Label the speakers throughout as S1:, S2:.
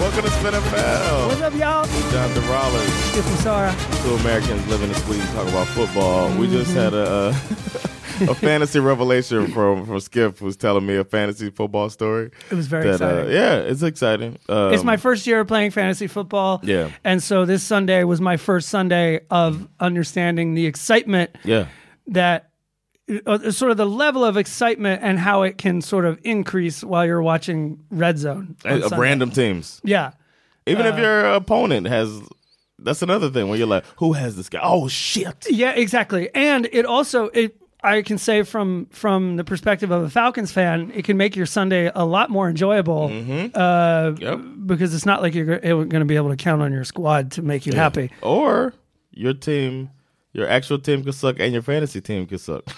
S1: Welcome to Spin
S2: What's
S1: NFL.
S2: up, y'all?
S1: Jonathan Rollins,
S2: It's from Sarah.
S1: two Americans living in Sweden, talking about football. We just
S2: Mm-hmm.
S1: had a uh, a fantasy revelation from from Skip, who's telling me a fantasy football story.
S2: It was very
S1: that, uh,
S2: exciting.
S1: yeah, it's exciting. Um,
S2: It's my first year playing fantasy football.
S1: Yeah.
S2: And so this Sunday was my first Sunday of understanding the excitement
S1: yeah.
S2: that uh, sort of the level of excitement and how it can sort of increase while you're watching Red Zone. on
S1: Uh,
S2: Sunday. Uh.
S1: random teams.
S2: Yeah.
S1: Even if your opponent has, that's another thing where you're like, who has this guy? Oh shit!
S2: Yeah, exactly. And it also it I can say from from the perspective of a Falcons fan, it can make your Sunday a lot more enjoyable
S1: Mm-hmm.
S2: uh,
S1: Yep.
S2: because it's not like you're going to be able to count on your squad to make you happy.
S1: Or your team, your actual team could suck, and your fantasy team could suck.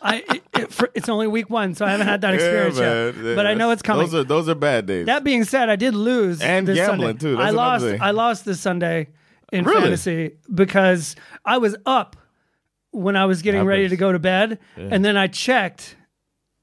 S2: I it, it, for, it's only week one, so I haven't had that experience
S1: man.
S2: yet. But I know it's coming.
S1: Those are those are bad days.
S2: that being said, I did lose
S1: And
S2: this
S1: gambling,
S2: Sunday.
S1: too. That's
S2: I
S1: another
S2: lost.
S1: thing.
S2: I lost this Sunday in
S1: Really?
S2: fantasy because I was up when I was getting ready
S1: Happens.
S2: to go to bed, and then I checked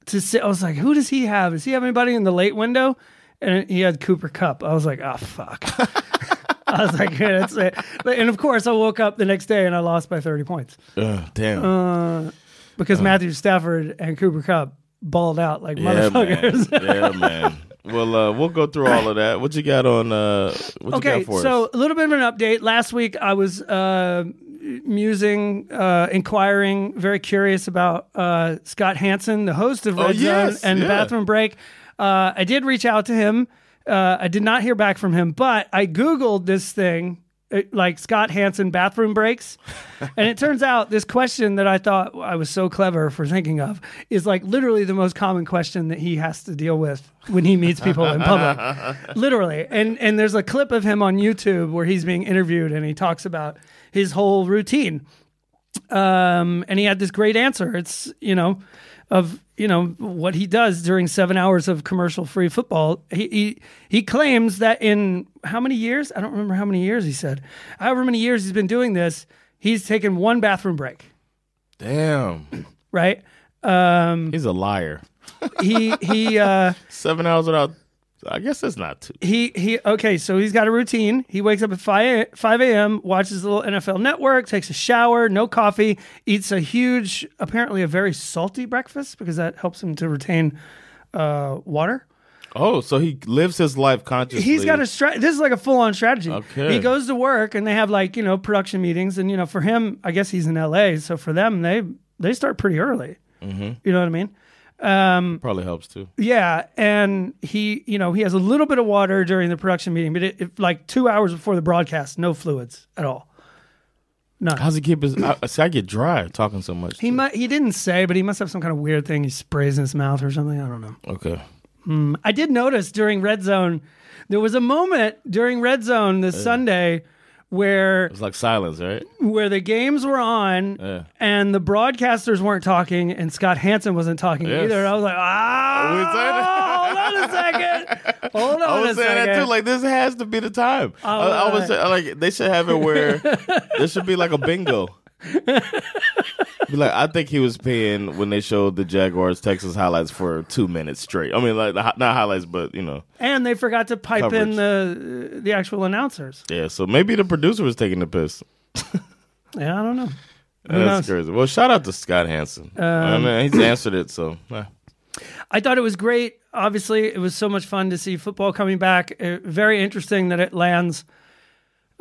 S2: to see. I was like, "Who does he have? Does he have anybody in the late window?" And he had Cooper Cup. I was like, "Oh fuck." I was like, yeah, that's it. And of course, I woke up the next day and I lost by 30 points
S1: Ugh, damn. Uh.
S2: because Matthew Stafford and Cooper Cup balled out like motherfuckers.
S1: Man. yeah, man. Well, uh, we'll go through all of that. What you got on? Uh, what
S2: okay,
S1: you got for
S2: so
S1: us?
S2: a little bit of an update. Last week, I was uh, musing, uh, inquiring, very curious about uh, Scott Hansen, the host of Red
S1: Oh, yes,
S2: Zone and
S1: yeah.
S2: the Bathroom Break. Uh, I did reach out to him. Uh, I did not hear back from him, but I googled this thing. It, like Scott Hansen bathroom breaks. and it turns out this question that I thought I was so clever for thinking of is like literally the most common question that he has to deal with when he meets people in public literally and and there's a clip of him on youtube where he's being interviewed and he talks about his whole routine um and he had this great answer it's you know of you know what he does during seven hours of commercial free football he, he he claims that in how many years i don't remember how many years he said however many years he's been doing this he's taken one bathroom break
S1: Damn,
S2: right um
S1: he's a liar.
S2: he he uh
S1: Seven hours without. I guess that's not too.
S2: he he okay so he's got a routine he wakes up at 5 a, 5 a.m watches a little nfl network takes a shower no coffee eats a huge apparently a very salty breakfast because that helps him to retain uh, water
S1: Oh, so he lives his life consciously.
S2: he's got a strat this is like a full-on strategy
S1: Okay.
S2: he goes to work and they have like you know production meetings and you know for him i guess he's in la so for them they they start pretty early
S1: Mm-hmm.
S2: you know what i mean
S1: probably helps too.
S2: Yeah, and he, you know, he has a little bit of water during the production meeting, but it, it like two hours before the broadcast, no fluids at all.
S1: How's he keep his? I, see, I get dry talking so much.
S2: He might, he didn't say, but he must have some kind of weird thing he sprays in his mouth or something. I don't know.
S1: okay.
S2: I did notice during Red Zone, there was a moment during Red Zone
S1: Uh.
S2: this Sunday where
S1: It's like silence, right?
S2: where the games were on and the broadcasters weren't talking and Scott Hansen wasn't talking
S1: Yes.
S2: either. And I was like,
S1: we
S2: ah, hold on a second, hold on
S1: I
S2: a
S1: was saying
S2: second.
S1: that too. Like this has to be the time.
S2: Oh,
S1: I, I was say- like, they should have it where there should be like a bingo. be like, I think he was paying when they showed the Jaguars Texas highlights for two minutes straight. I mean, like the hi- not highlights, but you know,
S2: And they forgot to pipe in the the actual announcers.
S1: yeah. So maybe the producer was taking the piss.
S2: Yeah, I don't know.
S1: That's
S2: knows? Um,
S1: crazy. Well, shout out to Scott Hansen. I mean, he's answered it. So eh.
S2: I thought it was great. Obviously, it was so much fun to see football coming back. Uh, very interesting that it lands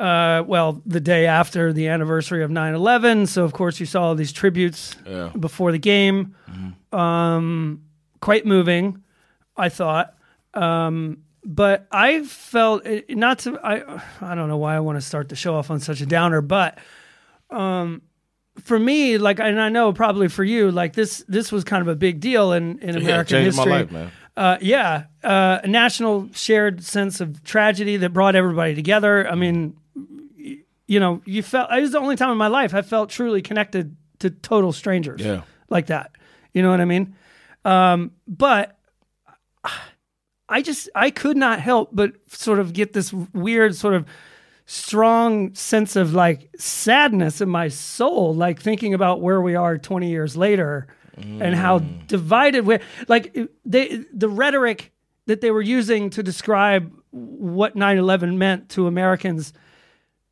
S2: uh, well, the day after the anniversary of 9/11, so of course you saw all these tributes before the
S1: Mm-hmm.
S2: game. Um, quite moving, I thought. Um, but I felt it- not to I I don't know why I want to start the show off on such a downer, but um for me like and I know probably for you like this this was kind of a big deal in
S1: Yeah,
S2: in
S1: it
S2: American
S1: changed
S2: history.
S1: my life, man.
S2: Uh, yeah, uh, a national shared sense of tragedy that brought everybody together. I mean, y- you know, you felt it was the only time in my life I felt truly connected to total strangers
S1: Yeah.
S2: like that. You know what I mean? Um, but I just I could not help but sort of get this weird sort of strong sense of like sadness in my soul, like thinking about where we are 20 years later and how divided we're like they the rhetoric that they were using to describe what 9-11 meant to Americans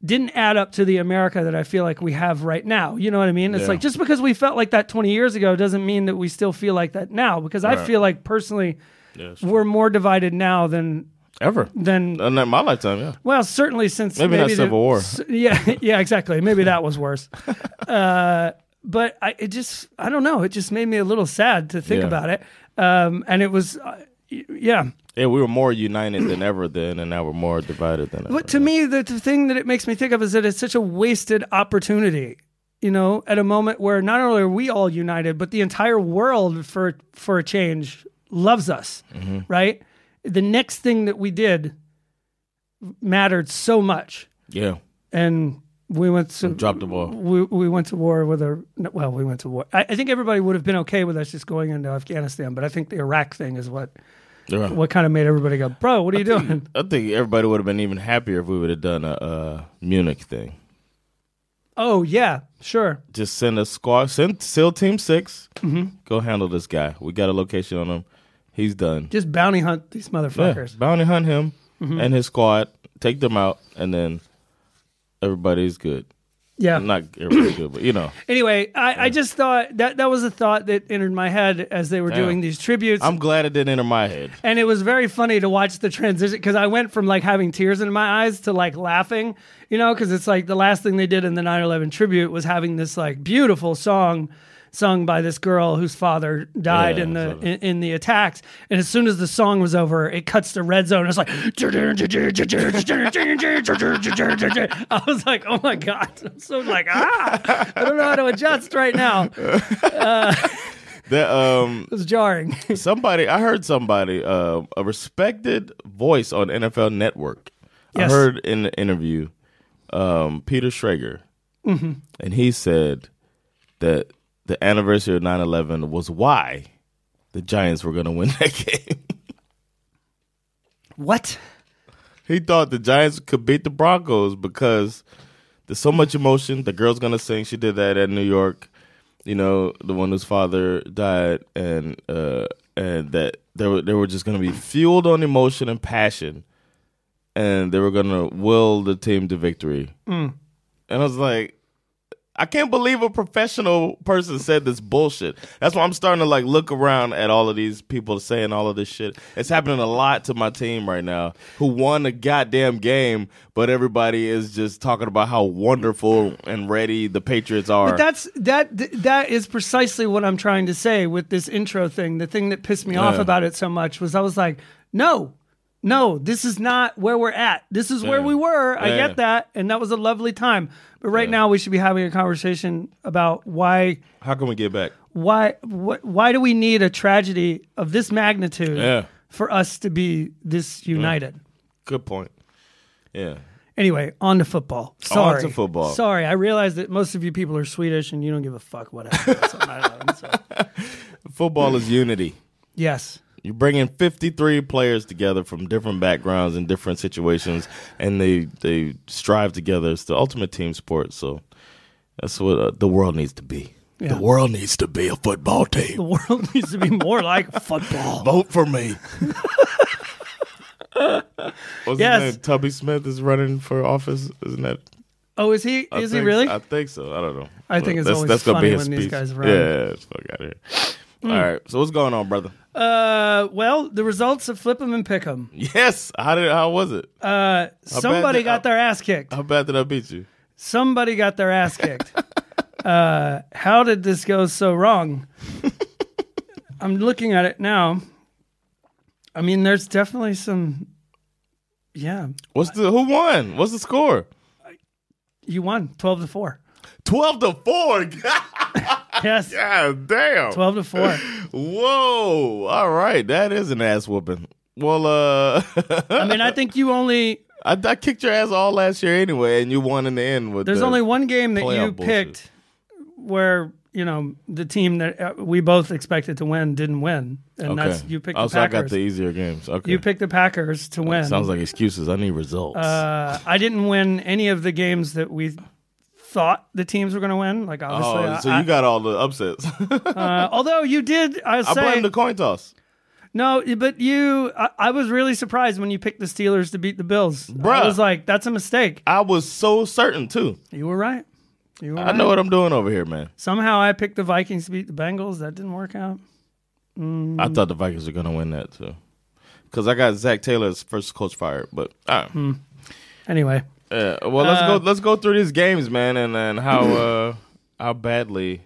S2: didn't add up to the America that I feel like we have right now. You know what I mean? It's like just because we felt like that 20 years ago doesn't mean that we still feel like that now because I feel like personally we're more divided now than
S1: Ever.
S2: than
S1: Uh, not my lifetime, yeah.
S2: well certainly since
S1: Maybe not
S2: the-
S1: Civil War.
S2: s- yeah, yeah, exactly. Maybe that was worse. uh, but I it just I don't know. It just made me a little sad to think
S1: Yeah.
S2: about it. Um, and it was uh, y- yeah.
S1: Yeah, we were more united than ever then, and now we're more divided than ever.
S2: But to me, the, the thing that it makes me think of is that it's such a wasted opportunity. You know, at a moment where not only are we all united, but the entire world for for a change loves us,
S1: Mm-hmm.
S2: right? The next thing that we did mattered so much,
S1: yeah,
S2: and we went to
S1: dropped the ball.
S2: we we went to war with a no, well, we went to war. I, I think everybody would have been okay with us just going into Afghanistan, but I think the Iraq thing is what
S1: Yeah.
S2: what kind of made everybody go, bro, what are you doing?
S1: I think everybody would have been even happier if we would have done a uh, Munich thing.
S2: Oh yeah, sure.
S1: Just send a squad, send SEAL Team 6, go handle this guy. We got a location on him. He's done.
S2: just bounty hunt these
S1: Yeah,
S2: motherfuckers.
S1: bounty hunt him and his squad, take them out, and then everybody's good.
S2: Yeah.
S1: Not everybody's good, but you know.
S2: Anyway, I, I just thought that that was a thought that entered my head as they were
S1: Damn.
S2: doing these tributes.
S1: I'm glad it didn't enter my head.
S2: and it was very funny to watch the transition because I went from like having tears in my eyes to like laughing, you know, because it's like the last thing they did in the 9 11 tribute was having this like beautiful song sung by this girl whose father died
S1: Yeah,
S2: in
S1: I
S2: the
S1: saw
S2: in, in the attacks. And as soon as the song was over, it cuts to red zone. It's like I was like, oh my god, I'm so like ah, I don't know how to adjust right now. It
S1: That um,
S2: was jarring.
S1: somebody I heard somebody uh, a respected voice on NFL Network.
S2: Yes.
S1: I heard in the interview um, Peter Schrager, and he said that the anniversary of 9-11 was why the Giants were going to win that game.
S2: what?
S1: he thought the Giants could beat the Broncos because there's so much emotion. The girl's gonna sing. She did that at New York. You know, the one whose father died, and uh, and that they were they were just gonna be fueled on emotion and passion, and they were gonna will the team to victory.
S2: Mm.
S1: And I was like. I can't believe a professional person said this bullshit. That's why I'm starting to like look around at all of these people saying all of this shit. It's happening a lot to my team right now who won a goddamn game, but everybody is just talking about how wonderful and ready the Patriots are.
S2: But that's that th- that is precisely what I'm trying to say with this intro thing. The thing that pissed me off
S1: Yeah.
S2: about it so much was I was like, no. No, this is not where we're at. This is where
S1: Yeah.
S2: we were. I
S1: Yeah.
S2: get that. And that was a lovely time. But right now we should be having a conversation about why
S1: how can we get back?
S2: why what, why do we need a tragedy of this magnitude
S1: Yeah.
S2: for us to be this united?
S1: Good point. Yeah.
S2: Anyway, on to football. Sorry.
S1: to football.
S2: Sorry, I realize that most of you people are Swedish and you don't give a fuck what happens. on 9/11, so.
S1: Football is unity.
S2: Yes.
S1: You're bringing 53 players together from different backgrounds and different situations, and they they strive together. It's the ultimate team sport. So that's what uh, the world needs to be. The world needs to be a football
S2: The
S1: team.
S2: world needs to be more like football.
S1: Vote for me. What's
S2: Yes.
S1: his name? Tubby Smith is running for office, isn't that?
S2: Oh, is he?
S1: I
S2: is he
S1: think-
S2: really?
S1: I think so. I don't know.
S2: I think it's always funny when these guys run. Hmm.
S1: Yeah, yeah, yeah. fuck out of here. All right. So what's going on, brother?
S2: uh, well, the results of flip 'em and pick 'em.
S1: Yes. How did? How was it?
S2: Uh, Somebody
S1: that-
S2: got their ass kicked.
S1: How bad did I beat you?
S2: Somebody got their ass kicked. uh, how did this go so wrong? I'm looking at it now. I mean, there's definitely some Yeah,
S1: What's the who won? What's the score?
S2: you won twelve to four.
S1: Twelve to four. Ah,
S2: Yes,
S1: God damn.
S2: twelve to four.
S1: Whoa. All right. That is an ass whooping. Well, uh,
S2: I mean, I think you only
S1: I, I kicked your ass all last year anyway, and you won in the end with.
S2: There's
S1: the-
S2: only one game that
S1: playoff
S2: you
S1: bullshit.
S2: picked where you know the team that uh, we both expected to win didn't win, and
S1: Okay.
S2: that's you picked
S1: Oh,
S2: the
S1: so I got
S2: Packers.
S1: the easier games. Okay.
S2: you picked the Packers to win.
S1: Sounds like excuses. I need results.
S2: uh, I didn't win any of the games that we thought the teams were going to win. Like obviously,
S1: oh,
S2: I-
S1: so you got all the upsets.
S2: uh, although you did, I
S1: I
S2: say
S1: blame the coin toss,
S2: no, but you. I, I was really surprised when you picked the Steelers to beat the Bills.
S1: Bruh.
S2: I was like, that's a mistake.
S1: I was so certain too.
S2: You were right. You were
S1: I know what I'm doing over here, man.
S2: Somehow I picked the Vikings to beat the Bengals. That didn't work out.
S1: I thought the Vikings were going to win that too, because I got Zach Taylor's first coach fired. But all right.
S2: Anyway.
S1: Yeah, Uh, well, let's
S2: Uh,
S1: go. Let's go through these games, man, and and how uh how badly.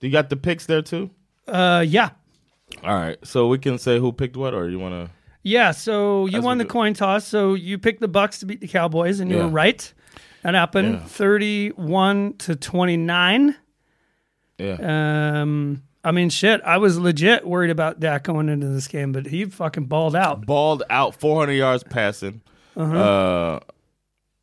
S1: Do you got the picks there too?
S2: Uh, yeah.
S1: All right, so we can say who picked what, or you want to?
S2: Yeah, so you
S1: As
S2: won
S1: we
S2: the
S1: do.
S2: coin toss, so you picked the Bucks to beat the Cowboys and you
S1: Yeah.
S2: were right. That happened
S1: Yeah.
S2: 31 to 29.
S1: Yeah,
S2: Um I mean shit, I was legit worried about Dak going into this game, but he fucking balled out.
S1: balled out 400 yards passing.
S2: Uh-huh.
S1: Uh,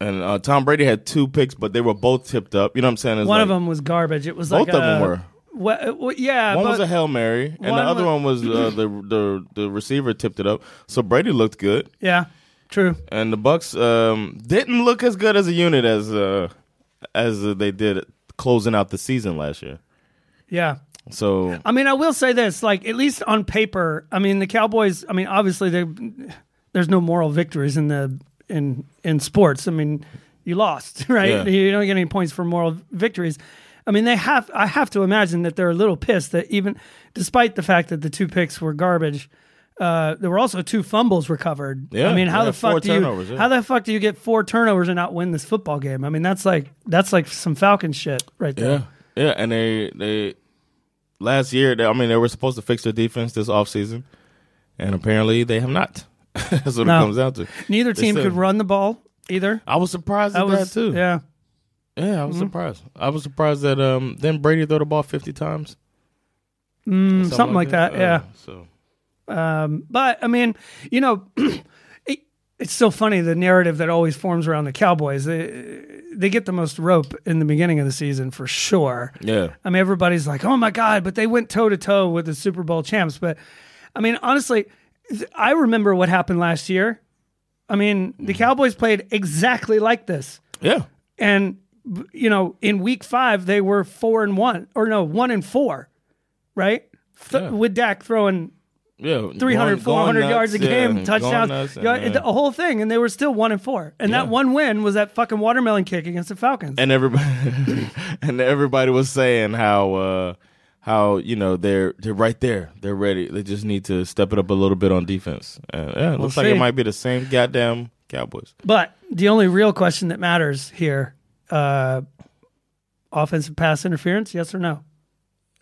S1: and uh, Tom Brady had two picks, but they were both tipped up. You know what I'm saying? It's
S2: One
S1: like-
S2: of them was garbage. It was
S1: Both
S2: like
S1: of
S2: a-
S1: them were.
S2: Wha- well, yeah,
S1: One
S2: but
S1: was a hail mary, and the
S2: one
S1: other
S2: wa-
S1: one was uh, the the the receiver tipped it up. So Brady looked good,
S2: yeah, true.
S1: and the Bucks um, didn't look as good as a unit as uh, as uh, they did closing out the season last year.
S2: Yeah.
S1: So
S2: I mean, I will say this, like at least on paper, I mean, the Cowboys, I mean, obviously they there's no moral victories in the in in sports. I mean, you lost, right?
S1: Yeah.
S2: You don't get any points for moral victories. I mean, they have I have to imagine that they're a little pissed that even despite the fact that the two picks were garbage, uh, there were also two fumbles recovered.
S1: Yeah,
S2: I mean, how
S1: yeah,
S2: the
S1: four
S2: fuck do you
S1: turnovers, yeah.
S2: how the fuck do you get four turnovers and not win this football game? I mean, that's like that's like some Falcon shit right there.
S1: yeah, yeah, and they they last year, they, I mean, they were supposed to fix their defense this offseason, and apparently they have not. That's what
S2: No.
S1: it comes down to.
S2: Neither
S1: They
S2: team
S1: said-
S2: could run the ball either.
S1: I was surprised at
S2: That was
S1: that too.
S2: yeah. Mm-hmm.
S1: Yeah, I was surprised. I was surprised that um then Brady throw the ball fifty times.
S2: Mm, something, like that.
S1: Uh, so
S2: yeah, but I mean, you know, it, it's so funny the narrative that always forms around the Cowboys. They they get the most rope in the beginning of the season for sure.
S1: yeah,
S2: I mean, everybody's like, "Oh my god!" But they went toe to toe with the Super Bowl champs. But I mean, honestly, th- I remember what happened last year. I mean, the Cowboys played exactly like this.
S1: yeah,
S2: and b- you know in week five they were four and one or no one and four right Th-
S1: Yeah.
S2: with Dak throwing
S1: yeah.
S2: 300
S1: Going-
S2: 400
S1: going
S2: yards a
S1: nuts, yeah,
S2: game
S1: going
S2: touchdowns
S1: nuts,
S2: yard-
S1: and,
S2: the
S1: uh,
S2: whole thing and they were still one and four and that
S1: Yeah.
S2: one win was that fucking watermelon kick against the Falcons
S1: and everybody and everybody was saying how uh how you know they're they're right there they're ready they just need to step it up a little bit on defense uh, yeah it looks like it
S2: see.
S1: might be the same goddamn cowboys
S2: but the only real question that matters here uh offensive pass interference yes or no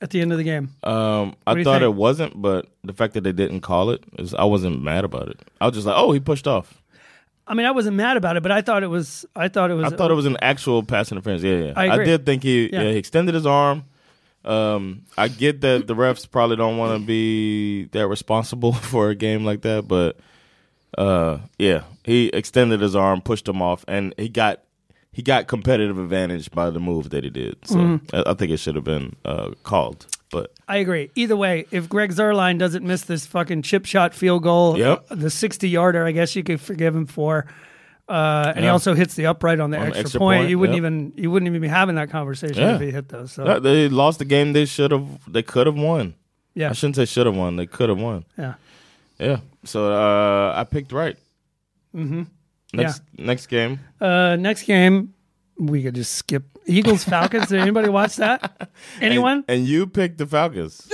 S2: at the end of the game
S1: um
S2: do
S1: i
S2: you
S1: thought
S2: think?
S1: it wasn't but the fact that they didn't call it is i wasn't mad about it i was just like oh he pushed off
S2: I mean I wasn't mad about it but I thought it was I thought it was
S1: i thought it was an actual pass interference yeah yeah
S2: I agree.
S1: did think he yeah.
S2: Yeah.
S1: he extended his arm um i get that the refs probably don't want to be that responsible for a game like that but Uh, yeah, he extended his arm, pushed him off, and he got he got competitive advantage by the move that he did. So
S2: Mm-hmm.
S1: I, I think it should have been uh, called. But
S2: I agree. Either way, if Greg Zerline doesn't miss this fucking chip shot field goal, uh,
S1: Yep.
S2: the 60 yarder, I guess you could forgive him for. Uh, and he
S1: Yeah.
S2: also hits the upright on the
S1: On the
S2: extra,
S1: extra
S2: point.
S1: point,
S2: You wouldn't
S1: yep.
S2: even you wouldn't even be having that conversation
S1: Yeah.
S2: if he hit those. So
S1: uh, they lost the game. They should have. They could have won.
S2: yeah,
S1: I shouldn't say should have won. They could have won.
S2: yeah,
S1: Yeah. So uh, I picked right. Mm-hmm. Next next game.
S2: Uh, next game, we could just skip Eagles Falcons. Did anybody watch that? Anyone?
S1: And you picked the Falcons.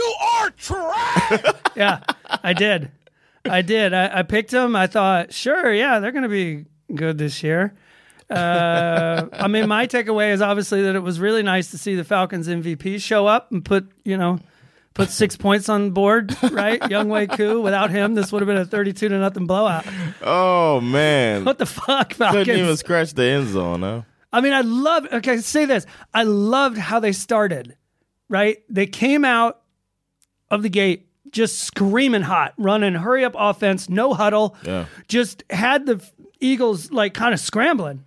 S2: yeah, I did. I did. I, I picked them. I thought, sure, yeah, they're going to be good this year. Uh, I mean, my takeaway is obviously that it was really nice to see the Falcons MVP show up and put, you know, put six points on board, right? Young Wei Koo. Without him, this would have been a 32 to nothing blowout.
S1: Oh man,
S2: What the fuck, Falcons?
S1: couldn't even scratch the end zone, huh?
S2: I mean, I love. Okay, say this. I loved how they started. Right, they came out of the gate just screaming hot, running hurry up offense, no huddle.
S1: Yeah.
S2: Just had the Eagles like kind of scrambling,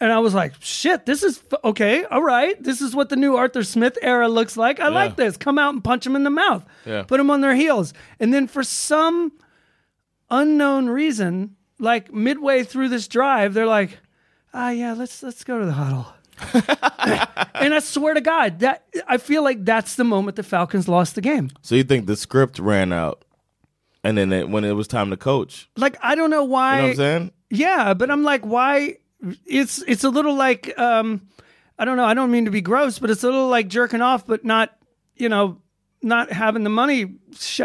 S2: and I was like, "Shit, this is f- okay. All right, this is what the new Arthur Smith era looks like. I like this. Come out and punch them in the mouth.
S1: Yeah.
S2: Put them on their heels, and then for some unknown reason, like midway through this drive, they're like, ah, yeah, let's let's go to the huddle. and I swear to God, that I feel like that's the moment the Falcons lost the game.
S1: So you think the script ran out, and then it, when it was time to coach,
S2: Like I don't know why.
S1: you know what I'm saying?
S2: Yeah, but I'm like, why? It's it's a little like um, I don't know. I don't mean to be gross, but it's a little like jerking off, but not you know, not having the money sh-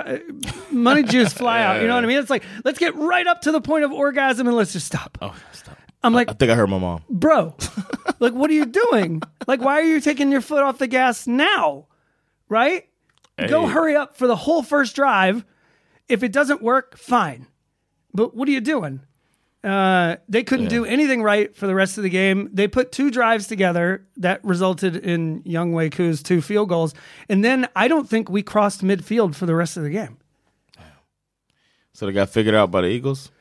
S2: money juice fly out. You know what I mean? It's like let's get right up to the point of orgasm and let's just stop. Oh, stop. I'm like,
S1: I think I heard my mom.
S2: bro, like, what are you doing? Like, why are you taking your foot off the gas now? Right? Go
S1: Hey.
S2: hurry up for the whole first drive. If it doesn't work, fine. But what are you doing? Uh, they couldn't do anything right for the rest of the game. They put two drives together that resulted in Young Wei Koo's two field goals. And then I don't think we crossed midfield for the rest of the game.
S1: So they got figured out by the Eagles.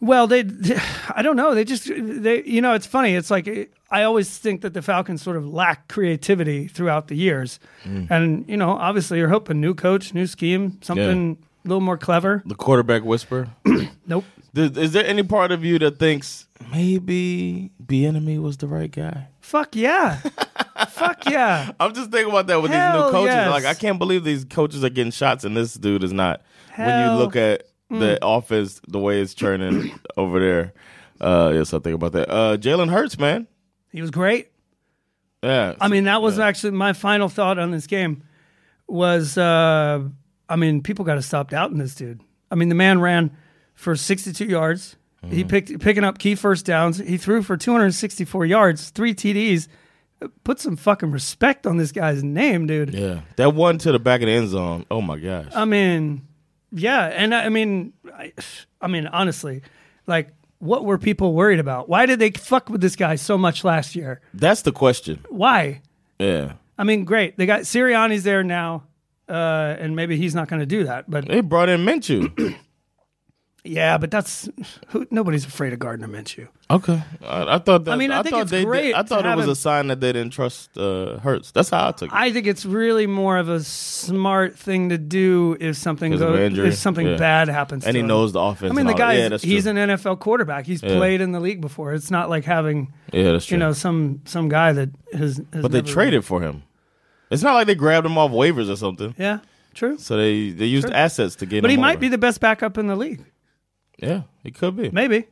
S2: Well, they, I don't know. They just, they, you know, it's funny. It's like I always think that the Falcons sort of lack creativity throughout the years, and you know, obviously, you're hoping new coach, new scheme, something a little more clever.
S1: The quarterback whisper.
S2: Nope.
S1: Th- Is there any part of you that thinks maybe the enemy was the right guy?
S2: Fuck yeah. Fuck yeah.
S1: I'm just thinking about that with these
S2: Hell
S1: new coaches.
S2: yes.
S1: Like I can't believe these coaches are getting shots and this dude is not. When
S2: Hell. Mm.
S1: you look at the offense, the way it's churning over there. Uh yes, I think about that. Uh Jalen Hurts, man.
S2: He was great.
S1: Yeah.
S2: I mean, that was actually my final thought on this game. Was uh, I mean, people got to stop doubting this dude. I mean, the man ran for 62 yards. He
S1: Mm-hmm.
S2: picked picking up key first downs. He threw for 264 yards, three TDs. Put some fucking respect on this guy's name, dude.
S1: yeah. That one to the back of the end zone. Oh my gosh.
S2: I mean, yeah, and I, I mean, I, I mean, honestly, like, what were people worried about? Why did they fuck with this guy so much last year?
S1: That's the question.
S2: Why?
S1: Yeah.
S2: I mean, great. They got Sirianni's there now, uh, and maybe he's not going to do that. But
S1: They brought in Minshew.
S2: yeah, but that's who, nobody's afraid of Gardner Minshew.
S1: okay. I, I thought that
S2: I mean, I think
S1: thought
S2: it's
S1: they did-
S2: great
S1: I
S2: to
S1: thought it
S2: have
S1: was
S2: him-
S1: a sign that they didn't trust uh Hurts. That's how I took it.
S2: I think it's really more of a smart thing to do if something
S1: 'Cause of
S2: goes,
S1: injury,
S2: if something
S1: yeah.
S2: bad happens.
S1: and
S2: to
S1: he
S2: him.
S1: knows the offense.
S2: I mean,
S1: and
S2: the
S1: all that.
S2: guy's
S1: yeah, that's
S2: he's
S1: true.
S2: an NFL quarterback. He's played in the league before. It's not like having
S1: yeah, that's true.
S2: you know some some guy that has. has
S1: But they
S2: never-
S1: traded for him. It's not like they grabbed him off waivers or something.
S2: Yeah, true.
S1: So they they used assets to get him.
S2: But he might
S1: over.
S2: be the best backup in the league.
S1: Yeah, he could be.
S2: Maybe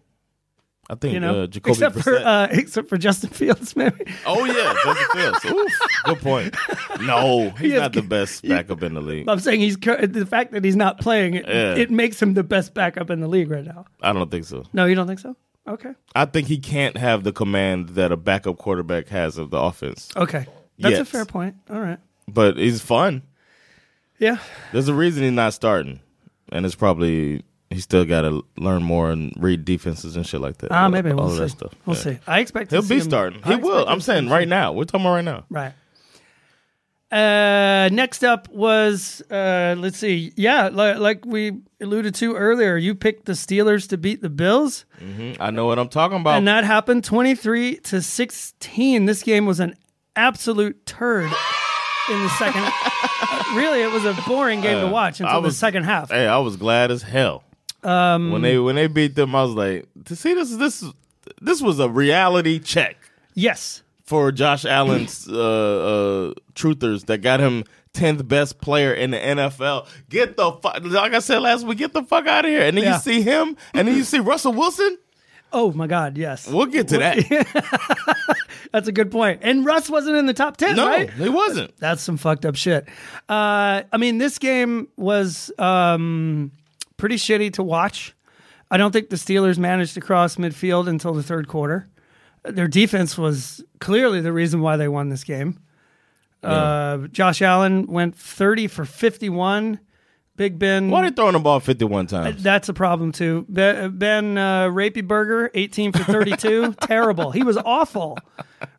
S1: I think
S2: you know,
S1: uh, Jacoby
S2: except for
S1: Brissett.
S2: uh, except for Justin Fields, maybe.
S1: oh yeah, Justin Fields. Oof, good point. No, he's
S2: Yes,
S1: not the best backup in the league.
S2: I'm saying he's cur- the fact that he's not playing it,
S1: Yeah.
S2: it makes him the best backup in the league right now.
S1: I don't think so.
S2: No, you don't think so? Okay,
S1: I think he can't have the command that a backup quarterback has of the offense.
S2: okay, that's a
S1: Yes.
S2: fair point. All right,
S1: But he's fun.
S2: yeah,
S1: There's a reason he's not starting, and it's probably he still got to learn more and read defenses and shit like that.
S2: ah, maybe
S1: all
S2: we'll
S1: of
S2: see.
S1: that stuff.
S2: We'll
S1: Yeah.
S2: see. I expect to
S1: He'll
S2: see
S1: be
S2: him-
S1: starting.
S2: I
S1: He will.
S2: expect
S1: I'm
S2: to-
S1: saying right now. We're talking about right now.
S2: right. Uh, next up was uh, let's see, yeah, li- like we alluded to earlier, you picked the Steelers to beat the Bills.
S1: I know what I'm talking about.
S2: And that happened 23 to 16. This game was an absolute turd in the second. really, it was a boring game to watch
S1: Uh, I
S2: until
S1: was-
S2: the second half.
S1: hey, I was glad as hell um, when they when they beat them. I was like, to see this this this was a reality check
S2: Yes.
S1: for Josh Allen's uh, uh, truthers that got him tenth best player in the NFL. Get the fuck, like I said last week, get the fuck out of here. And then
S2: Yeah.
S1: you see him, and then you see Russell Wilson.
S2: Oh my God. Yes.
S1: We'll get to that.
S2: That's a good point. And Russ wasn't in the top 10,
S1: No,
S2: right?
S1: he wasn't.
S2: That's some fucked up shit. Uh, I mean, this game was um, pretty shitty to watch. I don't think the Steelers managed to cross midfield until the third quarter. Their defense was clearly the reason why they won this game. Uh, Josh Allen went 30 for 51. Big Ben.
S1: Why are they throwing the ball 51 times?
S2: That's a problem too. Be- Ben uh, Rapey Burger, eighteen for thirty-two, terrible. He was awful,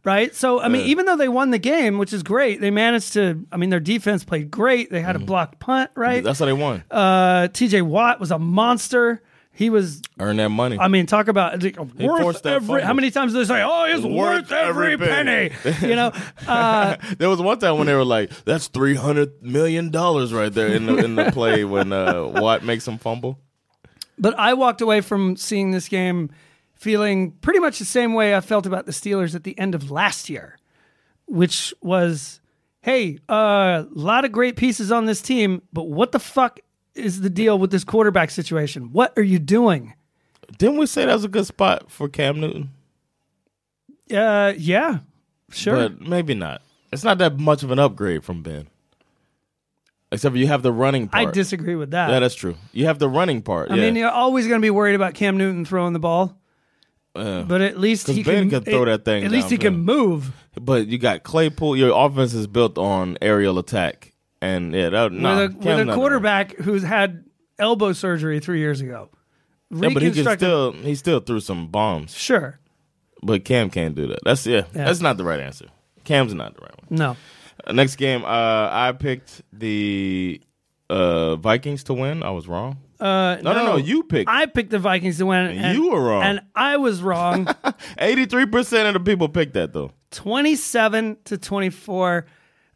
S2: right? So I mean, even though they won the game, which is great, they managed to. I mean, their defense played great. They had a blocked punt, right?
S1: Mm-hmm. That's how they won.
S2: Uh, T.J. Watt was a monster. He was.
S1: Earn that money.
S2: I mean, talk about like, worth
S1: forced that
S2: every.
S1: fumble.
S2: How many times do they say, "Oh, it's worth,
S1: Worth every
S2: every penny"? you know, uh,
S1: there was one time when they were like, "That's three hundred million dollars right there in the in the play when uh, Watt makes him fumble."
S2: But I walked away from seeing this game feeling pretty much the same way I felt about the Steelers at the end of last year, which was, hey, a lot of great pieces on this team, but what the fuck is the deal with this quarterback situation? What are you doing?
S1: Didn't we say that was a good spot for Cam Newton?
S2: Uh, yeah, sure.
S1: But maybe not. It's not that much of an upgrade from Ben. Except for you have the running
S2: I
S1: part.
S2: disagree with that.
S1: Yeah, that's true. You have the running part.
S2: I
S1: yeah.
S2: mean, you're always going to be worried about Cam Newton throwing the ball. but at least
S1: 'Cause
S2: he
S1: Ben
S2: can,
S1: could throw that thing
S2: At least he
S1: downfield.
S2: can move.
S1: But you got Claypool. Your offense is built on aerial attack, and yeah, that nah,
S2: with a,
S1: Cam's not
S2: with a
S1: doing
S2: quarterback who's had elbow surgery three years ago.
S1: that. Yeah, but he can
S2: Reconstructed-
S1: still he still threw some bombs.
S2: sure.
S1: But Cam can't do that. That's yeah. That's not the right answer. Cam's not the right one.
S2: No,
S1: Uh, Next game, uh, I picked the uh, Vikings to win. I was wrong.
S2: uh,
S1: No, no, no. You picked
S2: I picked the Vikings to win. And,
S1: You were wrong.
S2: and I was wrong.
S1: eighty-three percent of the people picked that though.
S2: Twenty-seven to twenty-four.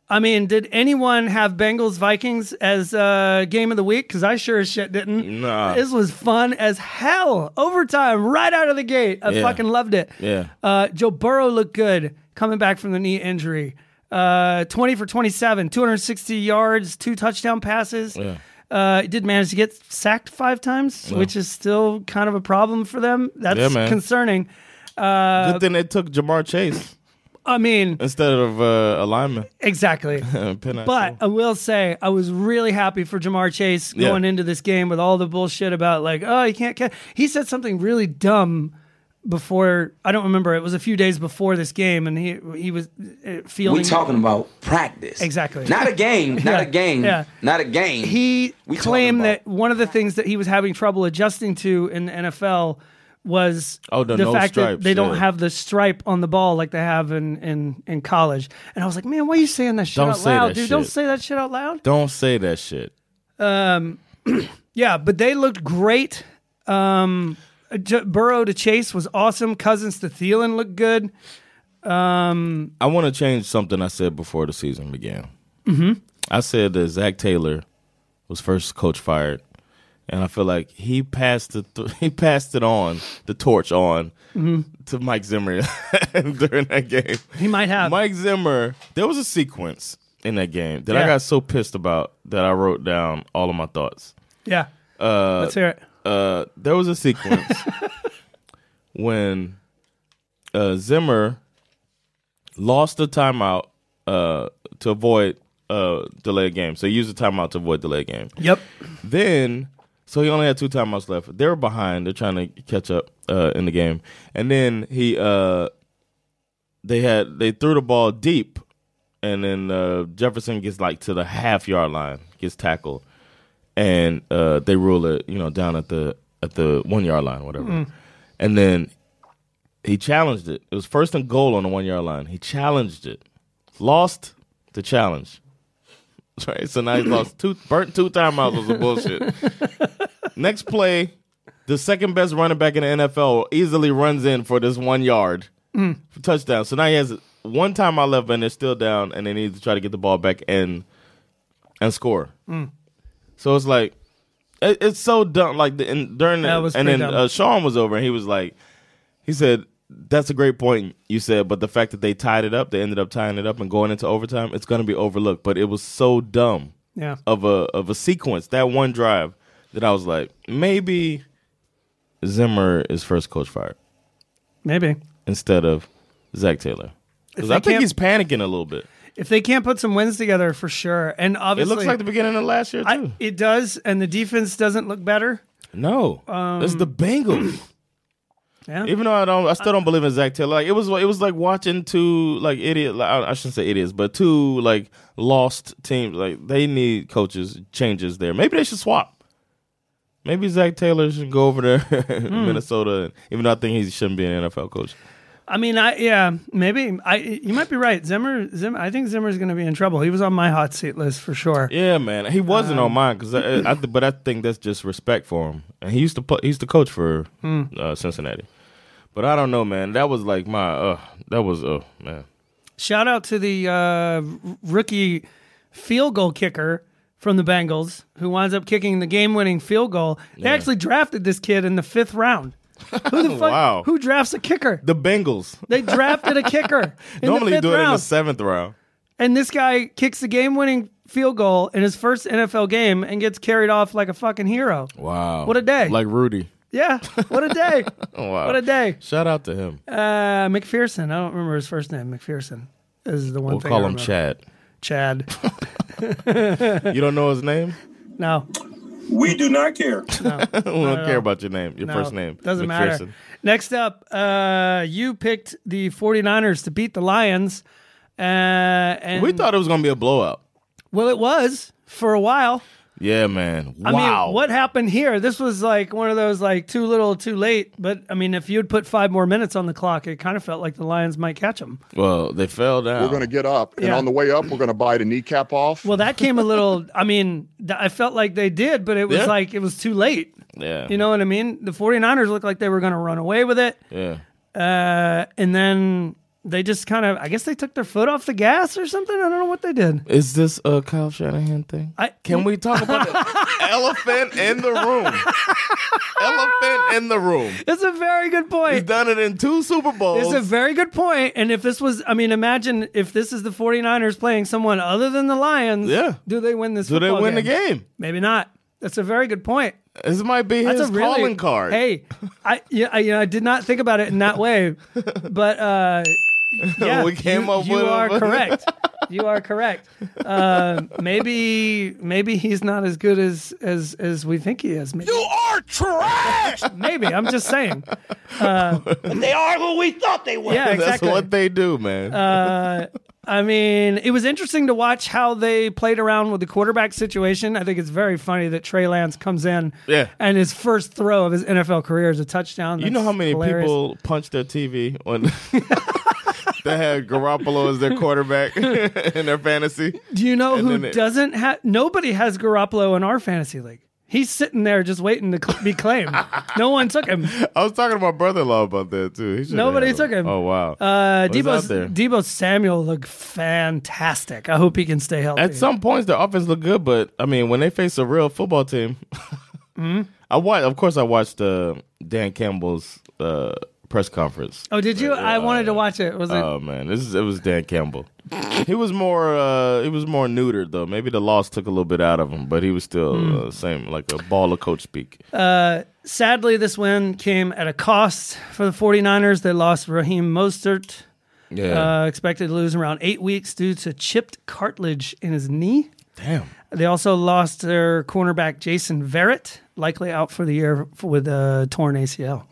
S2: I mean, did anyone have Bengals Vikings as uh, game of the week? Because I sure as shit didn't.
S1: Nah.
S2: This was fun as hell. Overtime, right out of the gate. I
S1: Yeah.
S2: fucking loved it.
S1: Yeah.
S2: Uh, Joe Burrow looked good coming back from the knee injury. Uh, 20 for 27, 260 yards, two touchdown passes. Uh, he did manage to get sacked five times, which is still kind of a problem for them. That's
S1: Yeah, man.
S2: concerning. Uh,
S1: Good thing they took Jamar Chase
S2: I mean,
S1: instead of uh, a lineman.
S2: exactly.
S1: Penn
S2: But
S1: Axel.
S2: I will say, I was really happy for Jamar Chase
S1: Yeah.
S2: going into this game with all the bullshit about like, oh, you can't catch. He said something really dumb before. I don't remember. It was a few days before this game, and he he was uh, feeling.
S3: We talking about practice.
S2: Exactly.
S3: Not a game. Not
S2: Yeah,
S3: a game.
S2: yeah.
S3: Not a game.
S2: he
S3: We talking
S2: claimed
S3: about-
S2: that one of the things that he was having trouble adjusting to in the NFL was
S1: Oh, the no
S2: fact that
S1: stripes,
S2: they don't
S1: yeah.
S2: have the stripe on the ball like they have in, in, in college. And I was like, man, why are you saying that shit
S1: Don't
S2: out
S1: say
S2: loud,
S1: that
S2: dude? Don't
S1: shit.
S2: say that shit out loud.
S1: Don't say that shit.
S2: Yeah, but they looked great. Um, J- Burrow to Chase was awesome. Cousins to Thielen looked good.
S1: I want to change something I said before the season began. Mm-hmm. I said that Zach Taylor was first coach fired, and I feel like he passed the th- he passed it on the torch on to Mike Zimmer during that game.
S2: Mm-hmm. He might have.
S1: Mike Zimmer. There was a sequence in that game that
S2: Yeah.
S1: I got so pissed about that I wrote down all of my thoughts.
S2: yeah. Uh, Let's hear it.
S1: uh, there was a sequence when uh, Zimmer lost the timeout uh, to avoid uh, delayed game. So he used the timeout to avoid delayed game.
S2: Yep.
S1: Then, so he only had two timeouts left. They were behind. They're trying to catch up uh, in the game. And then he, uh, they had they threw the ball deep, and then uh, Jefferson gets like to the half yard line, gets tackled, and uh, they rule it, you know, down at the at the one yard line, whatever. And then he challenged it. It was first and goal on the one yard line. He challenged it, lost the challenge. Right, so now he's lost two burnt two timeouts was bullshit. Next play, the second best running back in the NFL easily runs in for this one yard
S2: Mm.
S1: for touchdown. So now he has one time I left and they're still down and they need to try to get the ball back and and score.
S2: Mm.
S1: So it's like it, it's so dumb. Like the, and during the,
S2: That was
S1: and
S2: pretty
S1: then
S2: dumb.
S1: uh, Sean was over and he was like, he said. That's a great point you said, but the fact that they tied it up, they ended up tying it up and going into overtime, it's going to be overlooked. But it was so dumb
S2: Yeah.
S1: of a of a sequence that one drive that I was like maybe Zimmer is first coach fired
S2: Maybe.
S1: instead of Zach Taylor because I think
S2: can't-
S1: he's panicking a little bit.
S2: If they can't put some wins together, for sure. And
S1: It
S2: obviously,
S1: looks like the beginning of last year too.
S2: I, it does, and the defense doesn't look better.
S1: no, this is the Bengals.
S2: Yeah.
S1: Even though I don't, I still don't believe in Zach Taylor. Like it was, it was like watching two like idiot. Like, I I shouldn't say idiots, but two like lost teams. Like they need coaches changes there. Maybe they should swap. Maybe Zach Taylor should go over there, Minnesota. Even though I think he shouldn't be an NFL coach.
S2: I mean, I yeah, maybe I. You might be right. Zimmer, Zimmer. I think Zimmer's going to be in trouble. He was on my hot seat list for sure.
S1: Yeah, man, he wasn't
S2: Um,
S1: on mine because I, I, th- but I think that's just respect for him. And he used to put, he used to coach for
S2: Hmm.
S1: uh, Cincinnati, but I don't know, man. That was like my, uh, that was, uh, man.
S2: Shout out to the uh, r- rookie field goal kicker from the Bengals who winds up kicking the game-winning field goal. They actually drafted this kid in the fifth round. Who the fuck?
S1: Wow.
S2: Who drafts a kicker?
S1: The Bengals
S2: They drafted a kicker. in
S1: normally
S2: the
S1: you
S2: fifth
S1: do it in the
S2: round.
S1: seventh round.
S2: and this guy kicks the game-winning field goal in his first NFL game and gets carried off like a fucking hero.
S1: Wow,
S2: What a day.
S1: Like Rudy.
S2: Yeah, what a day!
S1: Wow,
S2: What a day!
S1: Shout out to him.
S2: Uh, McPherson. I don't remember his first name. McPherson is the one
S1: we'll
S2: thing.
S1: call
S2: I
S1: him
S2: remember.
S1: Chad.
S2: Chad.
S1: You don't know his name.
S2: No,
S4: We do not care.
S1: we don't care about your name, your
S2: no,
S1: first name.
S2: doesn't
S1: McPherson.
S2: matter. Next up, uh, you picked the 49ers to beat the Lions, uh, and
S1: We thought it was gonna be a blowout.
S2: well, it was for a while.
S1: Yeah, man.
S2: I
S1: wow.
S2: mean, what happened here? This was like one of those like too little, too late. But I mean, if you'd put five more minutes on the clock, it kind of felt like the Lions might catch them.
S1: Well, they fell down.
S5: We're going to get up, and
S2: Yeah.
S5: on the way up, we're going to bite a kneecap off.
S2: Well, that came a little. I mean, th- I felt like they did, but it was
S1: Yeah.
S2: like it was too late.
S1: yeah,
S2: You know what I mean? The 49ers looked like they were going to run away with it.
S1: yeah.
S2: Uh, and then they just kind of, I guess they took their foot off the gas or something. I don't know what they did.
S1: Is this a Kyle Shanahan thing?
S2: I-
S1: Can we talk about the elephant in the room? elephant in the room.
S2: It's a very good
S1: He's
S2: point.
S1: done it in two Super Bowls.
S2: It's a very good point. And if this was, I mean, imagine if this is the 49ers playing someone other than the Lions.
S1: Yeah.
S2: Do they win this
S1: Do they
S2: football
S1: win the game?
S2: Maybe not. That's a very good point.
S1: This might be
S2: That's
S1: his
S2: a really,
S1: calling card.
S2: Hey, I yeah, I, you know, I did not think about it in that way, but uh, yeah,
S1: We came
S2: you,
S1: up
S2: you
S1: with-
S2: are correct. You are correct. Uh, maybe maybe he's not as good as as as we think he is. Maybe,
S3: are trash.
S2: maybe I'm just saying.
S3: they are who we thought they were.
S2: Yeah,
S1: That's
S2: exactly. Uh,
S1: what they do, man.
S2: I mean, it was interesting to watch how they played around with the quarterback situation. I think it's very funny that Trey Lance comes in,
S1: Yeah.
S2: and his first throw of his NFL career is a touchdown.
S1: you know
S2: That's
S1: how many
S2: hilarious.
S1: people punch their TV when they had Garoppolo as their quarterback in their fantasy?
S2: Do you know who
S1: then it-
S2: doesn't have? Nobody has Garoppolo in our fantasy league. He's sitting there just waiting to cl- be claimed. no one took him.
S1: I was talking to my brother-in-law about that too. He should've
S2: Nobody
S1: had
S2: took him.
S1: Oh wow.
S2: Uh,
S1: Well, he's
S2: Debo,
S1: out there.
S2: Debo Samuel looked fantastic. I hope he can stay healthy.
S1: At some points, their offense looked good, but I mean, when they face a real football team,
S2: Mm-hmm.
S1: I watch. Of course, I watched uh, Dan Campbell's uh, press conference.
S2: oh, did you? I wanted to watch it. Was it?
S1: Oh man, this is it was Dan Campbell. he was more uh, he was more neutered though. Maybe the loss took a little bit out of him, but he was still
S2: Mm.
S1: uh, same like a ball of coach speak.
S2: Uh, Sadly, this win came at a cost for the 49ers. They lost Raheem Mostert.
S1: yeah,
S2: Uh, expected to lose around eight weeks due to chipped cartilage in his knee.
S1: damn.
S2: They also lost their cornerback Jason Verrett, likely out for the year f- with a torn ACL.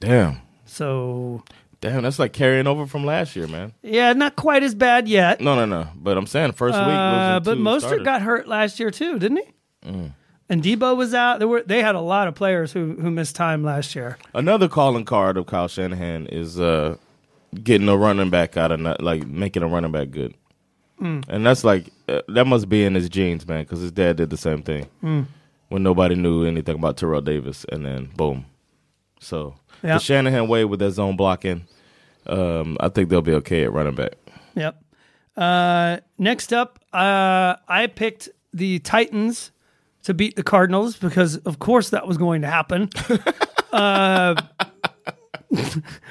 S1: Damn.
S2: So
S1: Damn, that's like carrying over from last year, man.
S2: yeah, not quite as bad yet.
S1: No, no, no. But I'm saying first week.
S2: Uh,
S1: losing
S2: but
S1: two
S2: Mostert
S1: starters. Mm.
S2: got hurt last year too, didn't he? And Debo was out. There were they had a lot of players who who missed time last year.
S1: Another calling card of Kyle Shanahan is uh, getting a running back out of not, like making a running back good, and that's like uh, that must be in his genes, man, because his dad did the same thing when nobody knew anything about Terrell Davis, and then boom. So
S2: Yeah.
S1: the Shanahan way with that zone blocking, um, I think they'll be okay at running back.
S2: Yep. Uh, next up, uh, I picked the Titans to beat the Cardinals because, of course, that was going to happen. uh,